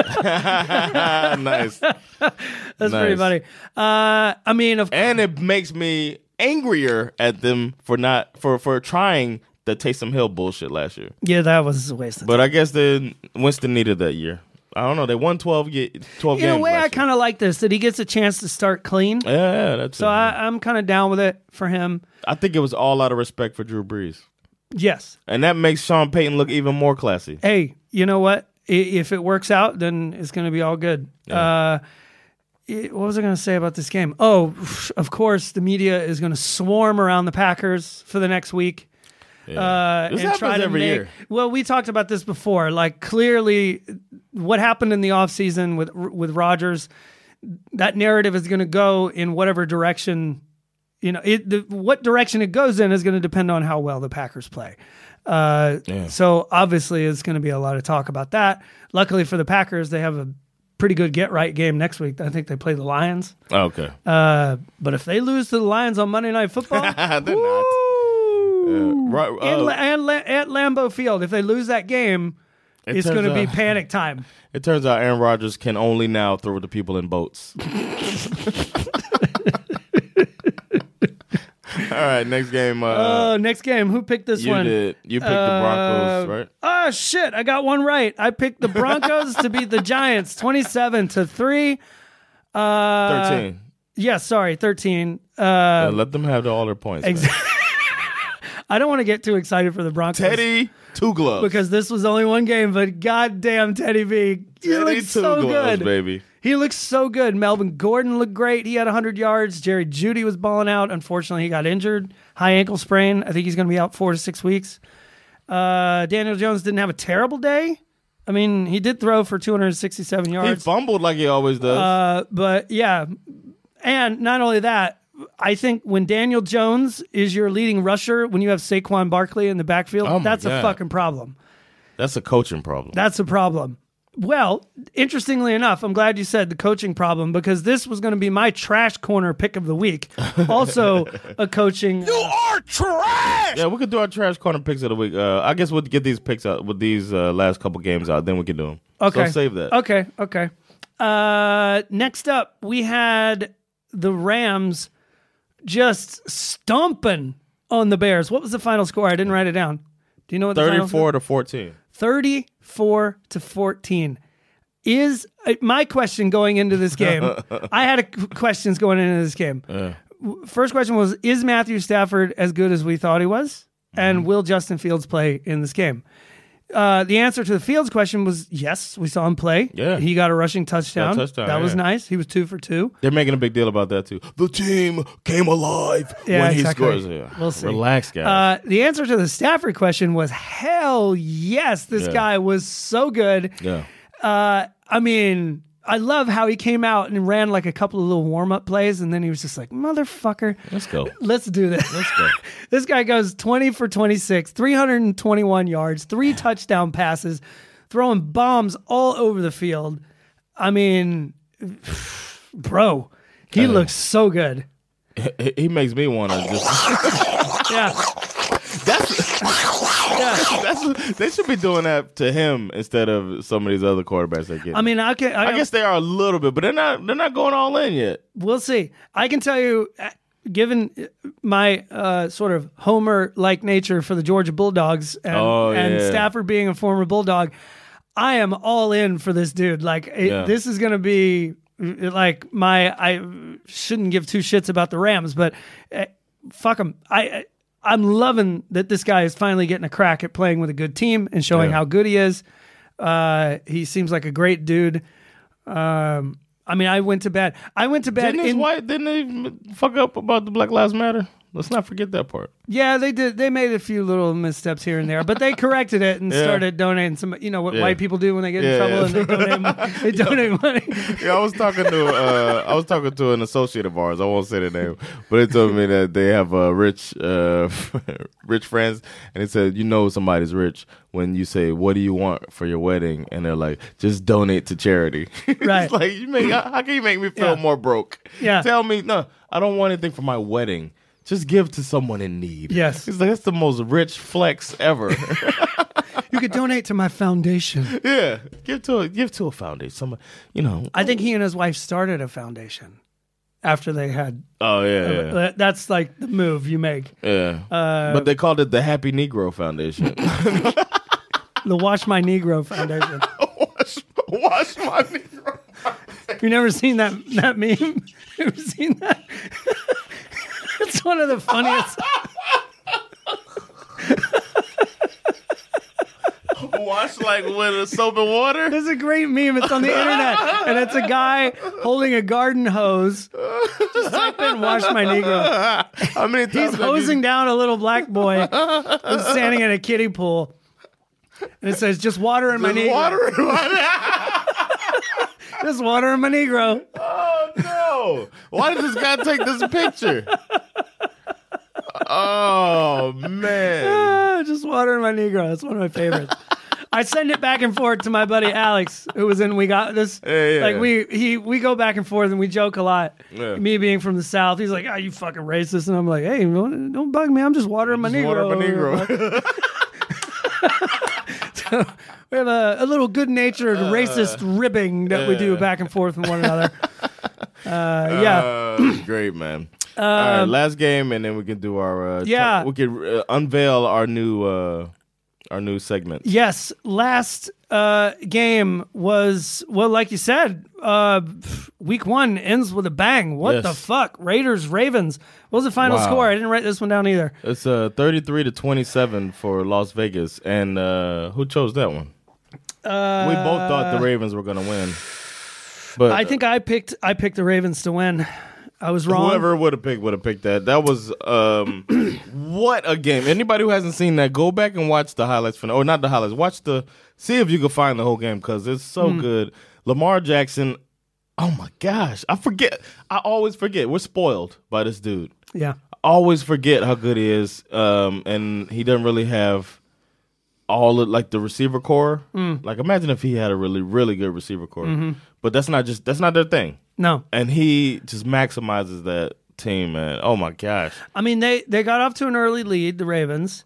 S1: nice.
S2: That's pretty funny.
S1: Nice.
S2: Uh, I mean, of
S1: And it makes me angrier at them for not for for trying the Taysom Hill bullshit last year.
S2: Yeah, that was a waste of
S1: But I guess the Winston needed that year. I don't know. They won 12, ge- 12
S2: time. In
S1: games.
S2: a way,
S1: last
S2: I kind of like this that he gets a chance to start clean.
S1: year. Yeah, yeah, that's
S2: So I, I'm kind of down with it for him.
S1: I think it was all out of respect for Drew Brees.
S2: Yes.
S1: And that makes Sean Payton look even more classy.
S2: Hey, you know what? I- If it works out, then it's going to be all good. Uh, it- what was I going to say about this game? Oh, of course, the media is going to swarm around the Packers for the next week. Uh,
S1: This
S2: and try
S1: happens
S2: to
S1: every
S2: make,
S1: year.
S2: Well, we talked about this before. Like clearly, what happened in the offseason with with Rodgers, that narrative is going to go in whatever direction. You know, it, the, what direction it goes in is going to depend on how well the Packers play. Uh, So obviously, it's going to be a lot of talk about that. Luckily for the Packers, they have a pretty good get right game next week. I think they play the Lions.
S1: Okay.
S2: Uh, but if they lose to the Lions on Monday Night Football,
S1: They're not. Right,
S2: and,
S1: uh,
S2: La- and La- at Lambeau Field, if they lose that game, it's
S1: turns
S2: going to be
S1: out-
S2: panic time.
S1: It turns out Aaron Rodgers can only now throw to people in boats. All right, next game. Uh,
S2: Oh, next game. Who picked this
S1: you
S2: one?
S1: did. You picked the Broncos, right?
S2: Oh shit! I got one right. I picked the Broncos to beat the Giants, twenty-seven to three. Uh,
S1: Thirteen.
S2: Yeah, sorry, thirteen. Uh,
S1: Uh, let them have the, all their points. man.
S2: I don't want to get too excited for the Broncos,
S1: Teddy Two Gloves.
S2: because this was only one game. But goddamn, Teddy B, he
S1: Teddy
S2: looks so
S1: Gloves,
S2: good.
S1: baby.
S2: He looks so good. Melvin Gordon looked great. He had 100 yards. Jerry Judy was balling out. Unfortunately, he got injured. High ankle sprain. I think he's going to be out four to six weeks. Uh, Daniel Jones didn't have a terrible day. I mean, he did throw for 267
S1: He
S2: yards.
S1: fumbled like he always does.
S2: Uh, But yeah. And not only that, I think when Daniel Jones is your leading rusher, when you have Saquon Barkley in the backfield,
S1: Oh my
S2: that's a
S1: God.
S2: fucking problem.
S1: That's a coaching problem.
S2: That's the problem. Well, interestingly enough, I'm glad you said the coaching problem because this was going to be my trash corner pick of the week. Also, a coaching.
S1: yeah, we could do our trash corner picks of the week. Uh, I guess we'll get these picks out with these uh, last couple games out. Then we can do them.
S2: Okay.
S1: So save that.
S2: Okay. Okay. Uh, next up, we had the Rams just stomping on the Bears. What was the final score? I didn't write it down. Do you know what the final
S1: Thirty-four
S2: score-
S1: to fourteen.
S2: 34 to 14 is uh, my question going into this game i had a qu- questions going into this game W- first question was is matthew stafford as good as we thought he was
S1: Mm-hmm.
S2: and will justin fields play in this game uh, the answer to the fields question was yes we saw him play
S1: Yeah.
S2: he got a rushing touchdown,
S1: touchdown,
S2: that was
S1: yeah.
S2: nice he was two for two
S1: They're making a big deal about that too. The team came alive
S2: Yeah,
S1: when he
S2: exactly.
S1: scores. Yeah.
S2: We'll see.
S1: Relax, guys.
S2: uh, the answer to the stafford question was hell yes this
S1: Yeah.
S2: guy was so good
S1: yeah.
S2: uh, I mean, I love how he came out and ran like a couple of little warm up plays, and then he was just like, motherfucker,
S1: Let's go.
S2: let's do this.
S1: Let's go.
S2: this guy goes 20 for 26, 321 yards, three touchdown passes, throwing bombs all over the field. I mean, bro, he looks so good.
S1: He- He makes me want to just.
S2: Yeah.
S1: That's, that's they should be doing that to him instead of some of these other quarterbacks they get.
S2: I mean, I can. I,
S1: I guess they are a little bit, but they're not. They're not going all in yet.
S2: We'll see. I can tell you, uh, given uh, my uh, sort of Homer like nature for the Georgia Bulldogs and,
S1: Oh,
S2: and
S1: yeah.
S2: Stafford being a former Bulldog, I am all in for this dude. Like, it,
S1: Yeah.
S2: this is going to be uh, like my. I shouldn't give two shits about the Rams, but uh, fuck them. I. I I'm loving that this guy is finally getting a crack at playing with a good team and showing how good he is. Uh, he seems like a great dude. Um, I mean, I went to bed. I went to bed
S1: Didn't his
S2: in.
S1: wife? Didn't they fuck up about the Black Lives Matter? Let's not forget that part.
S2: Yeah, they did. They made a few little missteps here and there, but they corrected it and started donating some. You know what
S1: Yeah.
S2: white people do when they get in
S1: Yeah,
S2: trouble and they donate, they donate money.
S1: Yeah, I was talking to uh, I was talking to an associate of ours. I won't say the name, but they told me that they have uh, rich uh, rich friends, and they said you know somebody's rich when you say what do you want for your wedding, and they're like just donate to charity.
S2: Right.
S1: it's like you make how, how can you make me feel
S2: Yeah.
S1: more broke?
S2: Yeah.
S1: tell me no, I don't want anything for my wedding. Just give to someone in need.
S2: Yes.
S1: it's like that's the most rich flex ever.
S2: You could donate to my foundation.
S1: yeah, give to a, give to a foundation. Someone, you know.
S2: I think he and his wife started a foundation after they had.
S1: Oh yeah, yeah.
S2: that- That's like the move you make.
S1: Yeah. but they called it the Happy Negro Foundation.
S2: The Wash My Negro Foundation.
S1: wash, wash my Negro.
S2: You never seen that that meme? Ever seen that? it's one of the funniest.
S1: Wash like with soap and water.
S2: There's a great meme. It's on the internet, and it's a guy holding a garden hose. Just type in "wash my negro."
S1: How many times
S2: He's
S1: have you-
S2: hosing down a little black boy who's standing in a kiddie pool, and it says, "Just water in my
S1: There's
S2: negro.
S1: water in my
S2: Just water in my negro."
S1: Oh no! Why did this guy take this picture? Oh man!
S2: Ah, just water in my negro. That's one of my favorites. I send it back and forth to my buddy Alex, who was in We Got This.
S1: Yeah, yeah,
S2: like
S1: yeah.
S2: we he we go back and forth and we joke a lot.
S1: Yeah.
S2: Me being from the South, he's like, "Ah, you fucking racist," and I'm like, "Hey, don't, don't bug me. I'm just watering my
S1: Just water
S2: negro."
S1: my Negro.
S2: We have a, a little good-natured
S1: Uh,
S2: racist ribbing that we do back and forth with one another. uh, yeah.
S1: Uh, great, man. All right, last game, and then we can do our. Uh,
S2: Yeah.
S1: top- we can uh, unveil our new uh, our new segment.
S2: Yes, last uh, game was well, like you said, uh, pff, week one ends with a bang. What
S1: Yes.
S2: the fuck, Raiders Ravens? What was the final
S1: Wow.
S2: score? I didn't write this one down either.
S1: It's uh, 33 to 27 for Las Vegas. And uh, who chose that one? Uh, we both thought the Ravens were going to win. But
S2: I think I picked I picked the Ravens to win. I was wrong.
S1: whoever would have picked would have picked that. That was um, what a game. Anybody who hasn't seen that, go back and watch the highlights from or not the highlights. Watch the see if you can find the whole game because it's so
S2: Hmm.
S1: good. Lamar Jackson. Oh my gosh, I forget. I always forget. We're spoiled by this dude.
S2: yeah,
S1: always forget how good he is, um, and he doesn't really have all of, like the receiver core.
S2: Hmm.
S1: Like imagine if he had a really really good receiver core,
S2: Mm-hmm.
S1: but that's not just that's not their thing.
S2: no,
S1: And he just maximizes that team, man. Oh my gosh,
S2: I mean they they got off to an early lead. The Ravens.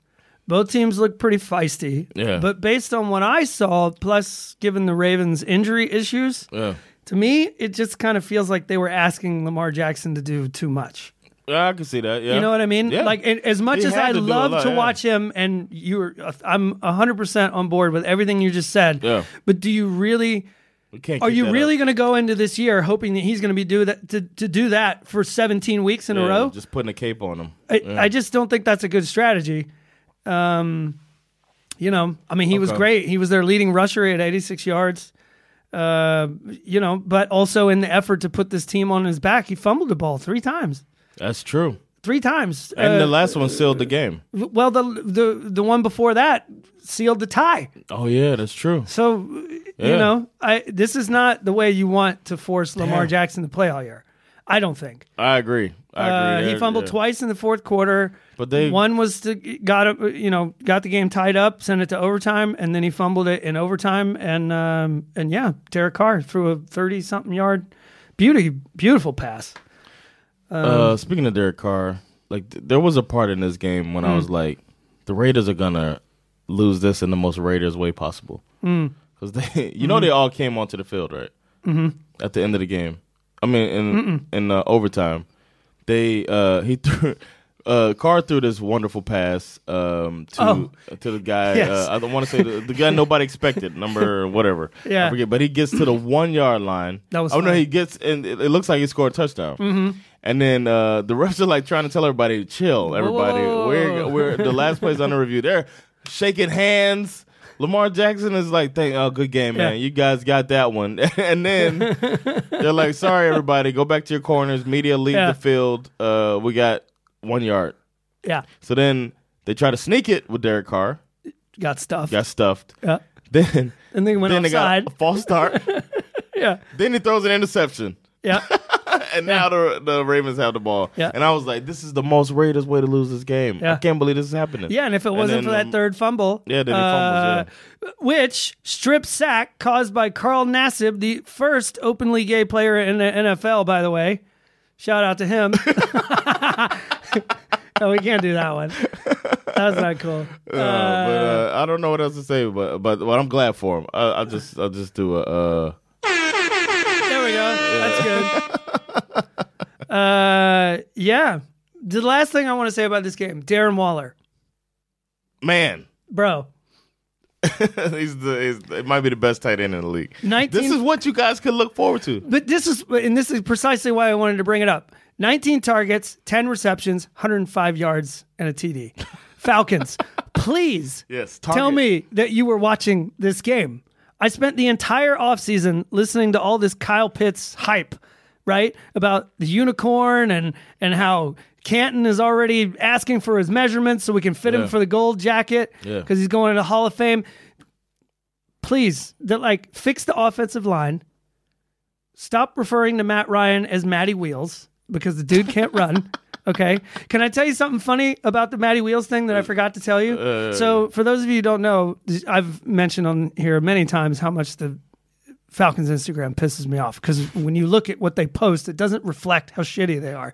S2: Both teams look pretty feisty.
S1: Yeah.
S2: But based on what I saw, plus given the Ravens' injury issues,
S1: yeah.
S2: to me it just kind of feels like they were asking Lamar Jackson to do too much.
S1: Yeah, I can see that. Yeah,
S2: You know what I mean?
S1: Yeah.
S2: Like, and as much
S1: He
S2: as
S1: had
S2: I
S1: to do a
S2: love
S1: lot,
S2: to
S1: yeah.
S2: watch him, and you're, I'm 100% on board with everything you just said.
S1: Yeah.
S2: But do you really,
S1: We can't
S2: are
S1: keep that
S2: you
S1: up.
S2: really going to go into this year hoping that he's going to be do that to, to do that for 17 weeks in
S1: Yeah,
S2: a row?
S1: Just putting a cape on him.
S2: I, I just don't think that's a good strategy. Um, you know, I mean, he was
S1: Okay.
S2: great. He was their leading rusher at 86 yards. Uh, you know, but also in the effort to put this team on his back, he fumbled the ball three times.
S1: That's true.
S2: Three times.
S1: And
S2: Uh,
S1: the last one sealed the game.
S2: well, the the the one before that sealed the tie.
S1: Oh yeah, that's true.
S2: So you
S1: Yeah.
S2: know, I this is not the way you want to force Lamar
S1: Damn.
S2: Jackson to play all year. I don't think.
S1: I agree. I
S2: Uh,
S1: agree.
S2: he
S1: Yeah,
S2: fumbled
S1: yeah.
S2: twice in the fourth quarter.
S1: But they-
S2: one was to got a, you know got the game tied up, sent it to overtime, and then he fumbled it in overtime. And um and yeah, Derek Carr threw a thirty something yard beauty beautiful pass.
S1: Uh, speaking of Derek Carr, like th- there was a part in this game when I
S2: Hmm.
S1: was like, the Raiders are gonna lose this in the most Raiders way possible
S2: Hmm.
S1: because they, you know, they all came onto the field right mm-hmm. at the end of the game. I mean, in in uh, overtime, they uh, he threw. Uh, Carr threw this wonderful pass um, to
S2: Oh.
S1: to the guy.
S2: Yes.
S1: Uh, I don't want to say the, the guy nobody expected, number whatever.
S2: Yeah.
S1: I forget. But he gets to the one yard line.
S2: That was
S1: Oh no,
S2: fun.
S1: he gets and it, it looks like he scored a touchdown.
S2: Mm-hmm.
S1: And then uh, the refs are like trying to tell everybody, chill, everybody. We're, we're the last place under review. They're shaking hands. Lamar Jackson is like, "Thank, oh, good game, man.
S2: Yeah.
S1: You guys got that one." and then they're like, "Sorry, everybody, go back to your corners. Media leave
S2: Yeah.
S1: the field. Uh, we got one yard."
S2: Yeah,
S1: So then they try to sneak it with Derek Carr.
S2: got stuff.
S1: Got stuffed.
S2: yeah.
S1: Then
S2: And then he went
S1: then they
S2: offside.
S1: got a false start.
S2: yeah,
S1: then he throws an interception.
S2: yeah.
S1: and now the the Ravens have the ball.
S2: Yeah.
S1: And I was like, this is the most Raiders way to lose this game.
S2: Yeah.
S1: I can't believe this is happening.
S2: Yeah, and if it wasn't
S1: then,
S2: for that
S1: um,
S2: third fumble, uh,
S1: Yeah, then he fumbles,
S2: which strip sack caused by Carl Nassib, the first openly gay player in the NFL, by the way. Shout out to him. no, we can't do that one. That was not cool.
S1: Uh, but uh, I don't know what else to say. But but well, I'm glad for him. I, I just I just do a uh,
S2: There we go. That's good. Uh, yeah. The last thing I want to say about this game, Darren Waller,
S1: man.
S2: bro.
S1: he's the he's, it might be the best tight end in the league.
S2: 19
S1: This is what you guys could look forward to.
S2: But this is, and this is precisely why I wanted to bring it up. 19 targets, 10 receptions, 105 yards, and a TD. Falcons, please
S1: Yes,
S2: tell
S1: target.
S2: me that you were watching this game. I spent the entire offseason listening to all this Kyle Pitts hype, right? About the unicorn and and how Canton is already asking for his measurements so we can fit him for the gold jacket
S1: Yeah.
S2: because he's going to the Hall of Fame. Please, that like fix the offensive line. Stop referring to Matt Ryan as Matty Wheels because the dude can't run. Okay. Can I tell you something funny about the Matty Wheels thing that I forgot to tell you? so, for those of you who don't know, I've mentioned on here many times how much the Falcons Instagram pisses me off because when you look at what they post, it doesn't reflect how shitty they are.